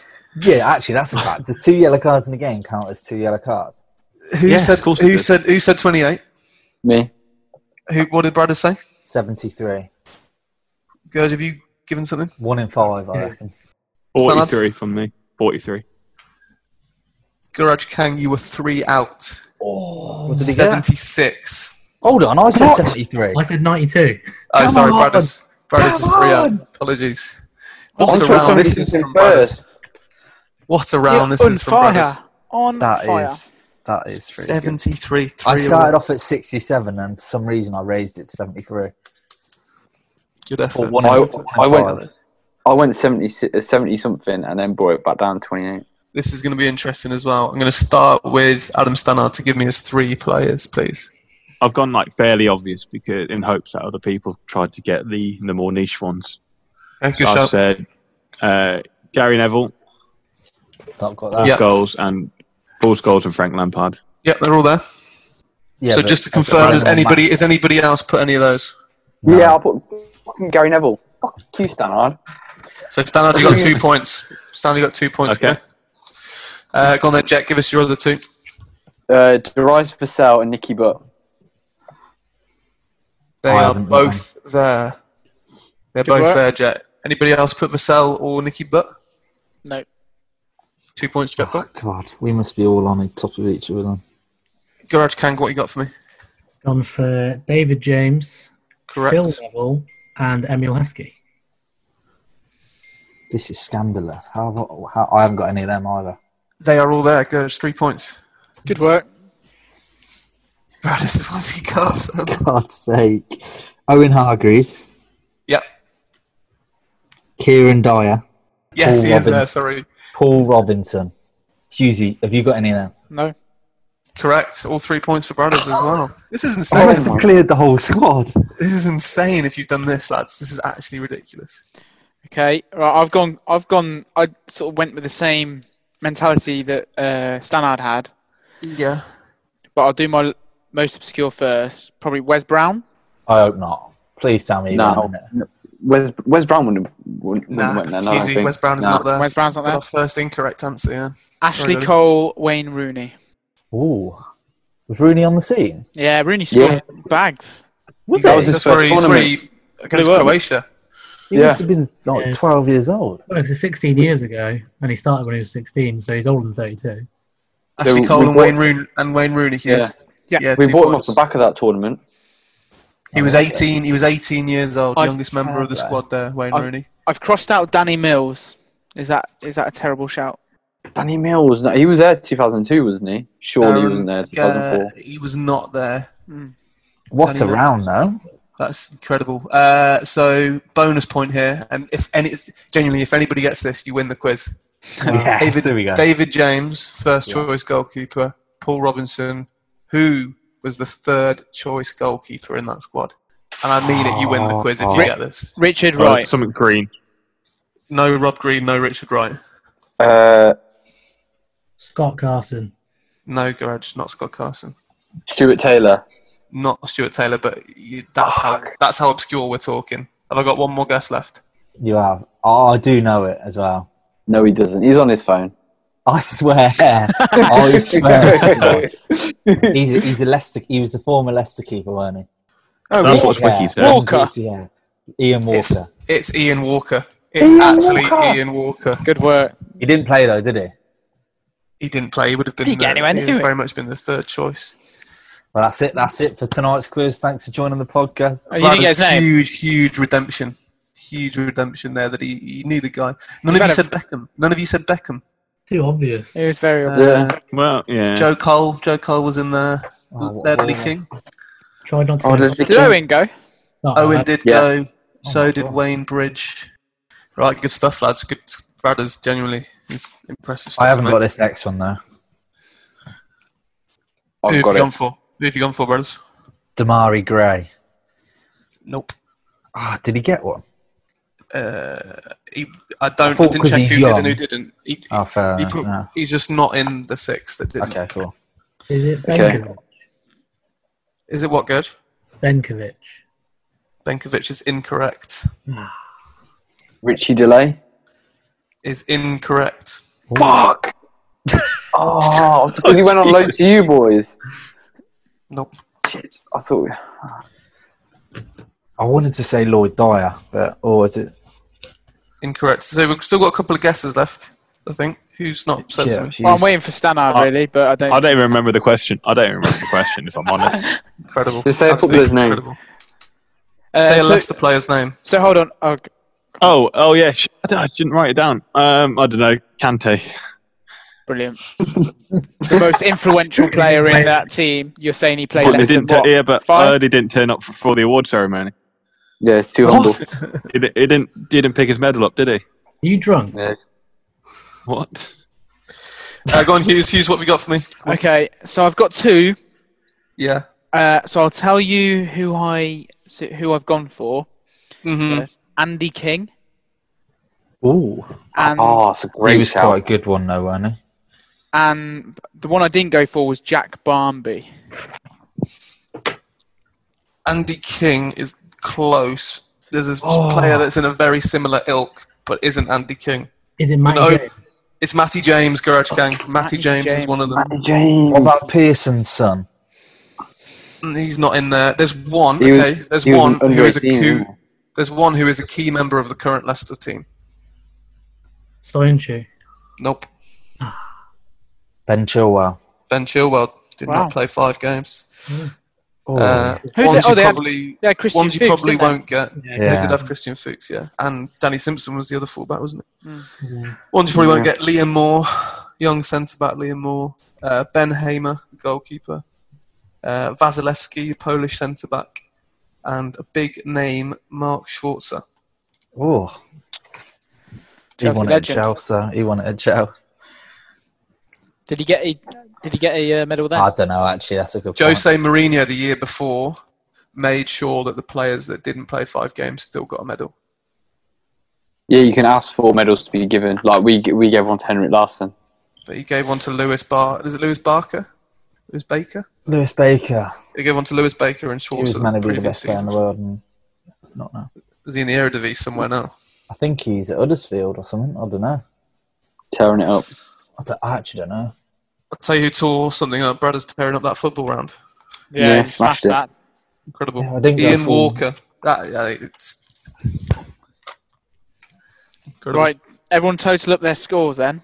S5: Yeah, actually, that's a fact. Does two yellow cards in a game count as two yellow cards?
S4: (laughs) who
S6: Yes,
S4: said
S6: of course it
S4: who
S6: does.
S4: said who said 28?
S3: Me.
S4: Who what did Brothers say?
S5: 73.
S4: Gurge, have you given something?
S5: One in five, I
S7: Yeah.
S5: reckon.
S6: 43 from me. 43.
S4: Garage Kang, you were three out.
S5: What did he get?
S4: 76.
S5: Hold on, I said 73.
S7: I said 92.
S4: Oh,
S5: Come
S4: sorry,
S5: on.
S4: Brothers. Brothers is
S5: Come
S4: three
S5: on.
S4: out. Apologies. What a
S3: I'm
S4: round
S3: trying to
S4: this is
S3: think
S4: from Brothers.
S3: first.
S4: What a round this
S2: You're on
S4: is from
S2: fire.
S4: Brothers.
S2: On
S5: That
S2: fire.
S5: is- That is really good.
S4: 73. Three
S5: I
S4: away.
S5: started off at 67, and for some reason I raised it to 73.
S4: Good effort.
S5: one
S3: I,
S5: and
S3: I
S5: five.
S3: went I went 70, si- uh, 70 something and then brought it back down to 28.
S4: This is going to be interesting as well. I'm going to start with Adam Stannard to give me his three players, please.
S6: I've gone like fairly obvious because in hopes that other people tried to get the, the more niche ones.
S4: Okay,
S5: Oh,
S4: good
S6: I've
S4: shout.
S6: said uh, Gary Neville,
S5: Not got
S6: Bulls
S5: that.
S4: Yeah.
S6: goals and Bulls goals and Frank Lampard.
S4: Yep, they're all there.
S5: Yeah,
S4: so
S5: but-
S4: just to
S5: I've
S4: confirm,
S5: got
S4: has
S5: them on
S4: anybody
S5: max.
S4: is anybody else put any of those?
S5: No.
S3: Yeah, I'll put fucking Gary Neville. Fuck you, Stannard.
S4: So Stannard, you got
S5: (laughs)
S4: two points. Stannard, you got two points.
S6: Okay.
S4: Okay. Uh, go on then, Jack. Give us your other two.
S3: Uh, Derives for sale and Nicky Butt.
S4: They
S5: I
S4: are
S5: haven't done
S4: both there. They're
S2: Good
S4: both
S2: work.
S4: there, Jack. Anybody else put Vassell or Nicky Butt?
S2: No.
S4: Two points, Jack.
S5: Oh, God, we must be all on top of each other. Then.
S4: Garage Kang, what you got for me?
S7: Gone for David James,
S4: Correct.
S7: Phil Neville, and Emil Heskey.
S5: This is scandalous. How, have I- how I haven't got any of them either.
S4: They are all there. Garage, three points. (laughs)
S2: Good work.
S4: Brad, this is one for you, Carson.
S5: God's sake. Owen Hargreaves,
S4: Yep.
S5: Kieran Dyer,
S4: Yes,
S5: Paul
S4: he is there.
S5: Robbins.
S4: Sorry.
S5: Paul Robinson. Hughesy, have you got any of them?
S2: No.
S4: Correct. All three points for Brothers as well. This is
S5: I
S4: insane.
S5: must have cleared the whole squad.
S4: This is insane if you've done this, lads. This is actually ridiculous.
S2: Okay. Right. I've gone. I've gone. I sort of went with the same mentality that uh, Stannard had,
S4: Yeah.
S2: but I'll do my most obscure first. Probably Wes Brown.
S5: I hope not. Please tell me. you
S3: No.
S5: went in it.
S3: Wes, Wes Brown wouldn't, wouldn't,
S4: Nah,
S3: went there. No, I
S4: Husey,
S3: think.
S4: Wes Brown is
S3: Nah.
S4: not there.
S2: Wes Brown's not
S4: Got
S2: there.
S4: our first incorrect answer, yeah.
S2: Ashley
S4: Lily.
S2: Cole, Wayne Rooney.
S5: Ooh. Was Rooney on the scene?
S2: Yeah, Rooney scored bags.
S5: Was
S4: That
S5: he?
S4: was
S3: his
S4: that's where
S3: first
S4: he, that's where he against
S2: They were.
S4: Croatia.
S5: He
S3: Yeah.
S5: must have been like
S7: Yeah.
S5: 12 years old.
S7: Well, it's 16 years ago, and he started when he was 16, so he's older than 32.
S4: Ashley
S3: we
S4: Cole and
S3: bought-
S4: Wayne, Rooney, and Wayne Rooney. He was,
S2: Yeah.
S3: We
S4: two
S3: bought him off
S4: points.
S3: the back of that tournament.
S4: He was 18. He was 18 years old,
S2: I've-
S4: youngest member of the squad there, Wayne
S2: I've-
S4: Rooney.
S2: I've crossed out Danny Mills. Is that is that a terrible shout?
S3: Danny Mills, no, he was there 2002, wasn't he? Surely he wasn't there
S4: Um,
S3: 2004.
S4: yeah, he was not there.
S5: What a
S4: Danny
S5: round, though.
S4: That's incredible. Uh, so bonus point here, and if any, it's- genuinely, if anybody gets this, you win the quiz.
S5: Yeah,
S4: David,
S5: (laughs) there we go.
S4: David James, first choice goalkeeper. Paul Robinson, who was the third choice goalkeeper in that squad. And I mean it, you win
S5: Oh,
S4: the quiz if you get this.
S2: Richard
S6: Oh,
S2: Wright.
S6: something green.
S4: No Rob Green, no Richard Wright.
S3: Uh,
S7: Scott Carson.
S4: No Garage, not Scott Carson.
S3: Stuart Taylor.
S4: Not Stuart Taylor, but you, that's how that's how obscure we're talking. Have I got one more guess left?
S5: You have. Oh, I do know it as well.
S3: No, he doesn't. He's on his phone.
S5: I swear. I swear. he's, a, he's a Leicester. He was a former Leicester keeper, weren't he?
S6: That's what
S5: Yeah.
S6: Wiki says.
S2: Oh, Walker.
S5: Yeah. Ian Walker.
S4: It's, it's Ian Walker. It's actually Ian Walker.
S2: Good work.
S5: He didn't play though, did he?
S4: He didn't play. He would have been.
S2: He
S4: the-
S2: anywhere
S4: he would
S2: near it.
S4: very much been the third choice.
S5: Well, that's it. That's it for tonight's quiz. Thanks for joining the podcast.
S2: Oh, you didn't get his
S4: Vlad
S2: name.
S4: is huge, huge redemption. Huge redemption there that he, he knew the guy. None of you
S2: better-
S4: said Beckham. None of you said Beckham.
S7: Too obvious.
S2: He was very.
S4: Uh,
S3: Yeah.
S6: Well, yeah.
S4: Joe Cole. Joe Cole was in there.
S5: Oh, what-
S4: Ledley
S5: what-
S4: King.
S7: Tried not to.
S3: Oh,
S7: go-
S3: did he-
S2: Did Owen go?
S7: No,
S4: Owen
S7: I-
S4: did
S3: Yeah.
S4: go.
S5: Oh
S4: So
S5: my
S4: did
S5: God.
S4: Wayne Bridge. Right, good stuff, lads. Good brothers, genuinely. It's impressive stuff.
S5: I haven't
S4: mate.
S5: got this next one though.
S3: I've
S4: Who have you
S3: got it.
S4: gone for? Who have you gone for, brothers?
S5: Damari Gray.
S4: Nope.
S5: Ah, did he get one?
S4: He, I don't. I
S5: thought
S4: didn't
S5: 'cause
S4: check
S5: he's
S4: who
S5: young.
S4: did and who didn't. He,
S5: Oh, fair
S4: he
S5: enough.
S4: put-
S5: no.
S4: He's just not in the six that didn't.
S5: Okay, cool.
S7: Is it
S3: Okay.
S7: Benkovic?
S4: Is it what, Gerd?
S7: Benkovic.
S4: Benkovic is incorrect.
S3: Richie Delay.
S4: Is incorrect. (laughs)
S3: Fuck. oh, I thought he went on loan to you boys.
S4: Nope.
S3: Shit, I thought.
S5: I wanted to say Lloyd Dyer, but or is it?
S4: Incorrect. So we've still got a couple of guesses left. I think. Who's not said
S5: Yeah,
S4: something?
S5: jeez.
S2: Well, I'm waiting for Stannard, really, but I don't.
S6: I don't even remember the question. I don't even remember the question, if
S2: (laughs)
S6: I'm honest.
S4: Incredible.
S3: Just say a
S4: Absolutely
S3: footballer's name.
S4: incredible.
S2: Uh,
S4: say a
S2: so-
S4: Leicester player's name.
S2: So hold on. Oh, g-
S6: Oh, oh yeah. sh- I don't- I didn't write it down. Um, I don't know. Kante. (laughs)
S2: brilliant. the most influential player in that team. You're saying he played
S6: Well,
S2: less
S6: they
S2: than
S6: didn't.
S2: what?
S6: yeah, but
S2: five.
S6: Ferdy didn't turn up for, for the award ceremony.
S3: Yeah, it's too humble.
S6: He, di- he didn't. He didn't pick his medal up, did he?
S7: You drunk?
S3: Yeah.
S6: What?
S4: Uh, go on, Hughes. Hughes, what have you got for me?
S2: Okay, so I've got two.
S4: Yeah.
S2: Uh, so I'll tell you who I so who I've gone for.
S4: Mm-hmm.
S2: Yes. Andy King
S5: Ooh,
S2: and
S3: Oh, it's a great
S5: he was
S3: shout.
S5: quite a good one, though, weren't he?
S2: and the one I didn't go for was Jack Barmby.
S4: Andy King is close. There's a player that's in a very similar ilk, but isn't Andy King.
S7: Is it Matty
S4: No,
S7: James?
S4: it's Matty James, Garage Gang. Matty,
S2: Matty
S4: James,
S2: James.
S4: is one of them.
S3: James.
S5: What about Pearson's son?
S4: Mm, He's not in there. There's one.
S3: He was-
S4: okay, there's
S3: he was
S4: one
S3: under
S4: who is a
S3: 18,
S4: coup.
S3: wasn't he?
S4: There's one who is a key member of the current Leicester team.
S7: Stoyanchu.
S4: Nope.
S5: Ben Chilwell.
S4: Ben Chilwell did
S2: Wow. Hmm.
S4: not play five games.
S5: Oh,
S4: Uh,
S2: Who's
S4: ones
S2: they- oh,
S4: you
S2: they had-
S4: probably,
S2: Yeah, Christian
S4: ones you
S2: Fuchs,
S4: probably
S2: didn't they?
S4: won't get. They
S5: Yeah.
S4: did have Christian Fuchs, yeah, and Danny Simpson was the other fullback, wasn't it?
S2: Hmm.
S4: Hmm. Ones you probably won't get: Liam Moore, young centre back Liam Moore, uh, Ben Hamer, goalkeeper, uh, Vasilevsky, Polish centre back, and a big name Mark Schwarzer.
S5: oh. He
S2: Chelsea
S5: won it at
S2: legend.
S5: Chelsea. He won it at Chelsea.
S2: Did he get a Did he get a uh, medal there?
S5: I don't know. Actually, that's a good. point.
S4: Jose Mourinho the year before made sure that the players that didn't play five games still got a medal.
S3: Yeah, you can ask for medals to be given. Like we g- we gave one to Henrik Larsson.
S4: But he gave one to Lewis Bar. Is it Lewis Barker? Lewis Baker?
S5: Lewis Baker.
S4: He gave one to Lewis Baker and
S5: He was
S4: Schwarzer.
S5: meant
S4: the
S5: to be the
S4: previous
S5: best player in
S4: season.
S5: the world, and not now.
S4: Is he in the Eredivisie somewhere now?
S5: I think he's at Huddersfield or something. I don't know.
S3: Tearing it up.
S5: I, don't, I actually don't know.
S4: I'll tell you who tore something up. Brad is tearing up that football round.
S2: yeah,
S3: Yeah,
S2: he
S3: smashed
S2: smashed
S3: it.
S2: that.
S4: Incredible.
S5: Yeah, I didn't go
S4: Ian
S5: full-
S4: Walker. That, yeah, it's incredible.
S2: Right, everyone total up their scores then.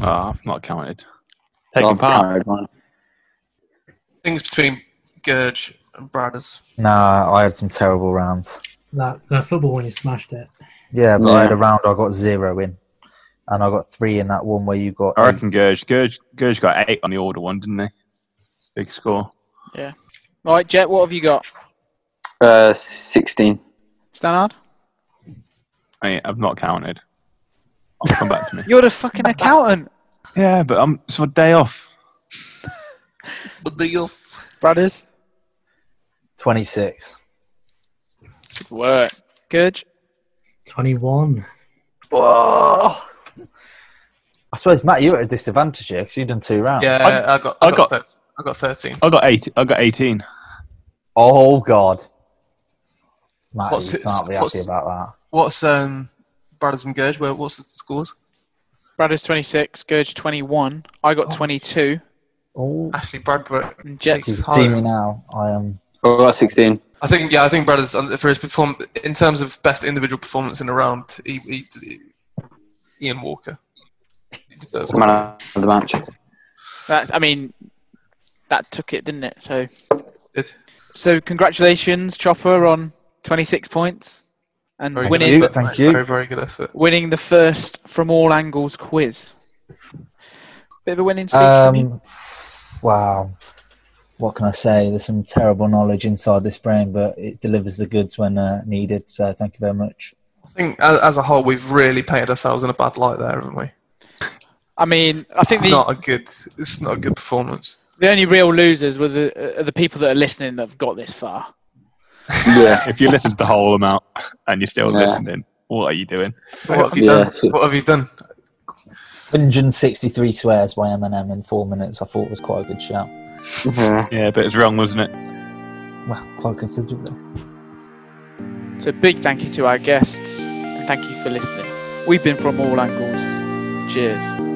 S6: Ah, I've not counted.
S3: Oh,
S6: Taking part.
S3: tired, man.
S4: Things between Gurge and Bradders.
S5: Nah, I had some terrible rounds.
S7: That, that football when you smashed it.
S5: Yeah, but
S3: Yeah.
S5: I had a round I got zero in, and I got three in that one where you got.
S6: I reckon Gurge. Gurge. Gurge got eight on the order one, didn't he? Big score.
S2: Right, Jet, what have you got?
S3: Uh, sixteen.
S2: Stannard,
S6: I mean, I've not counted. I'll come back to me.
S2: you're the fucking accountant,
S6: Yeah, but I'm it's my day off.
S4: But the youth.
S2: brothers.
S5: twenty six.
S2: Good work, Gurge.
S7: 21.
S5: Whoa! Oh! I suppose Matt, you were at a disadvantage here because you've done two rounds.
S4: Yeah, I, got. I,
S6: I
S4: got.
S6: got-
S4: thir- I got thirteen.
S6: I got eight. I got eighteen.
S5: Oh God, Matt,
S4: What's
S5: you
S4: his-
S5: can't be happy
S4: what's-
S5: about that.
S4: What's um, Bradders and Gurge? Where? What's the scores?
S2: Brothers 26, Gurge 21. I got 22.
S5: Oh,
S4: Ashley Bradbrook.
S2: And Jet-
S4: takes
S5: you can see
S4: home.
S5: me now. I am.
S3: Oh, I got sixteen.
S4: I think. Yeah, I think Bradders uh, for his perform in terms of best individual performance in a round. He, he, Ian Walker. He deserves
S3: Man of the match.
S2: That, I mean, that took it, didn't it? So,
S4: it.
S2: so congratulations, Chopper, on 26 points and
S4: Very good
S2: winning
S5: you.
S4: effort,
S5: Thank
S4: mate.
S5: you.
S4: Very, very good effort.
S2: winning the first from all angles quiz. Bit of a winning speech from you.
S5: Um, wow. What can I say? There's some terrible knowledge inside this brain, but it delivers the goods when uh, needed. So thank you very much.
S4: I think as, as a whole, we've really painted ourselves in a bad light there, haven't we?
S2: I mean, I think the
S4: Not a good. It's not a good performance.
S2: The only real losers were the, uh, the people that are listening that have got this far.
S3: Yeah.
S6: If you listen to the whole amount and you're still
S3: Yeah.
S6: listening, what are you doing?
S4: What have you
S3: Yeah.
S4: done? What have you done?
S5: 163 swears by Eminem in four minutes. I thought was quite a good shout.
S6: Yeah, but it's wrong, wasn't it?
S5: Wow, quite considerably.
S2: So big thank you to our guests and thank you for listening. We've been from all angles. Cheers.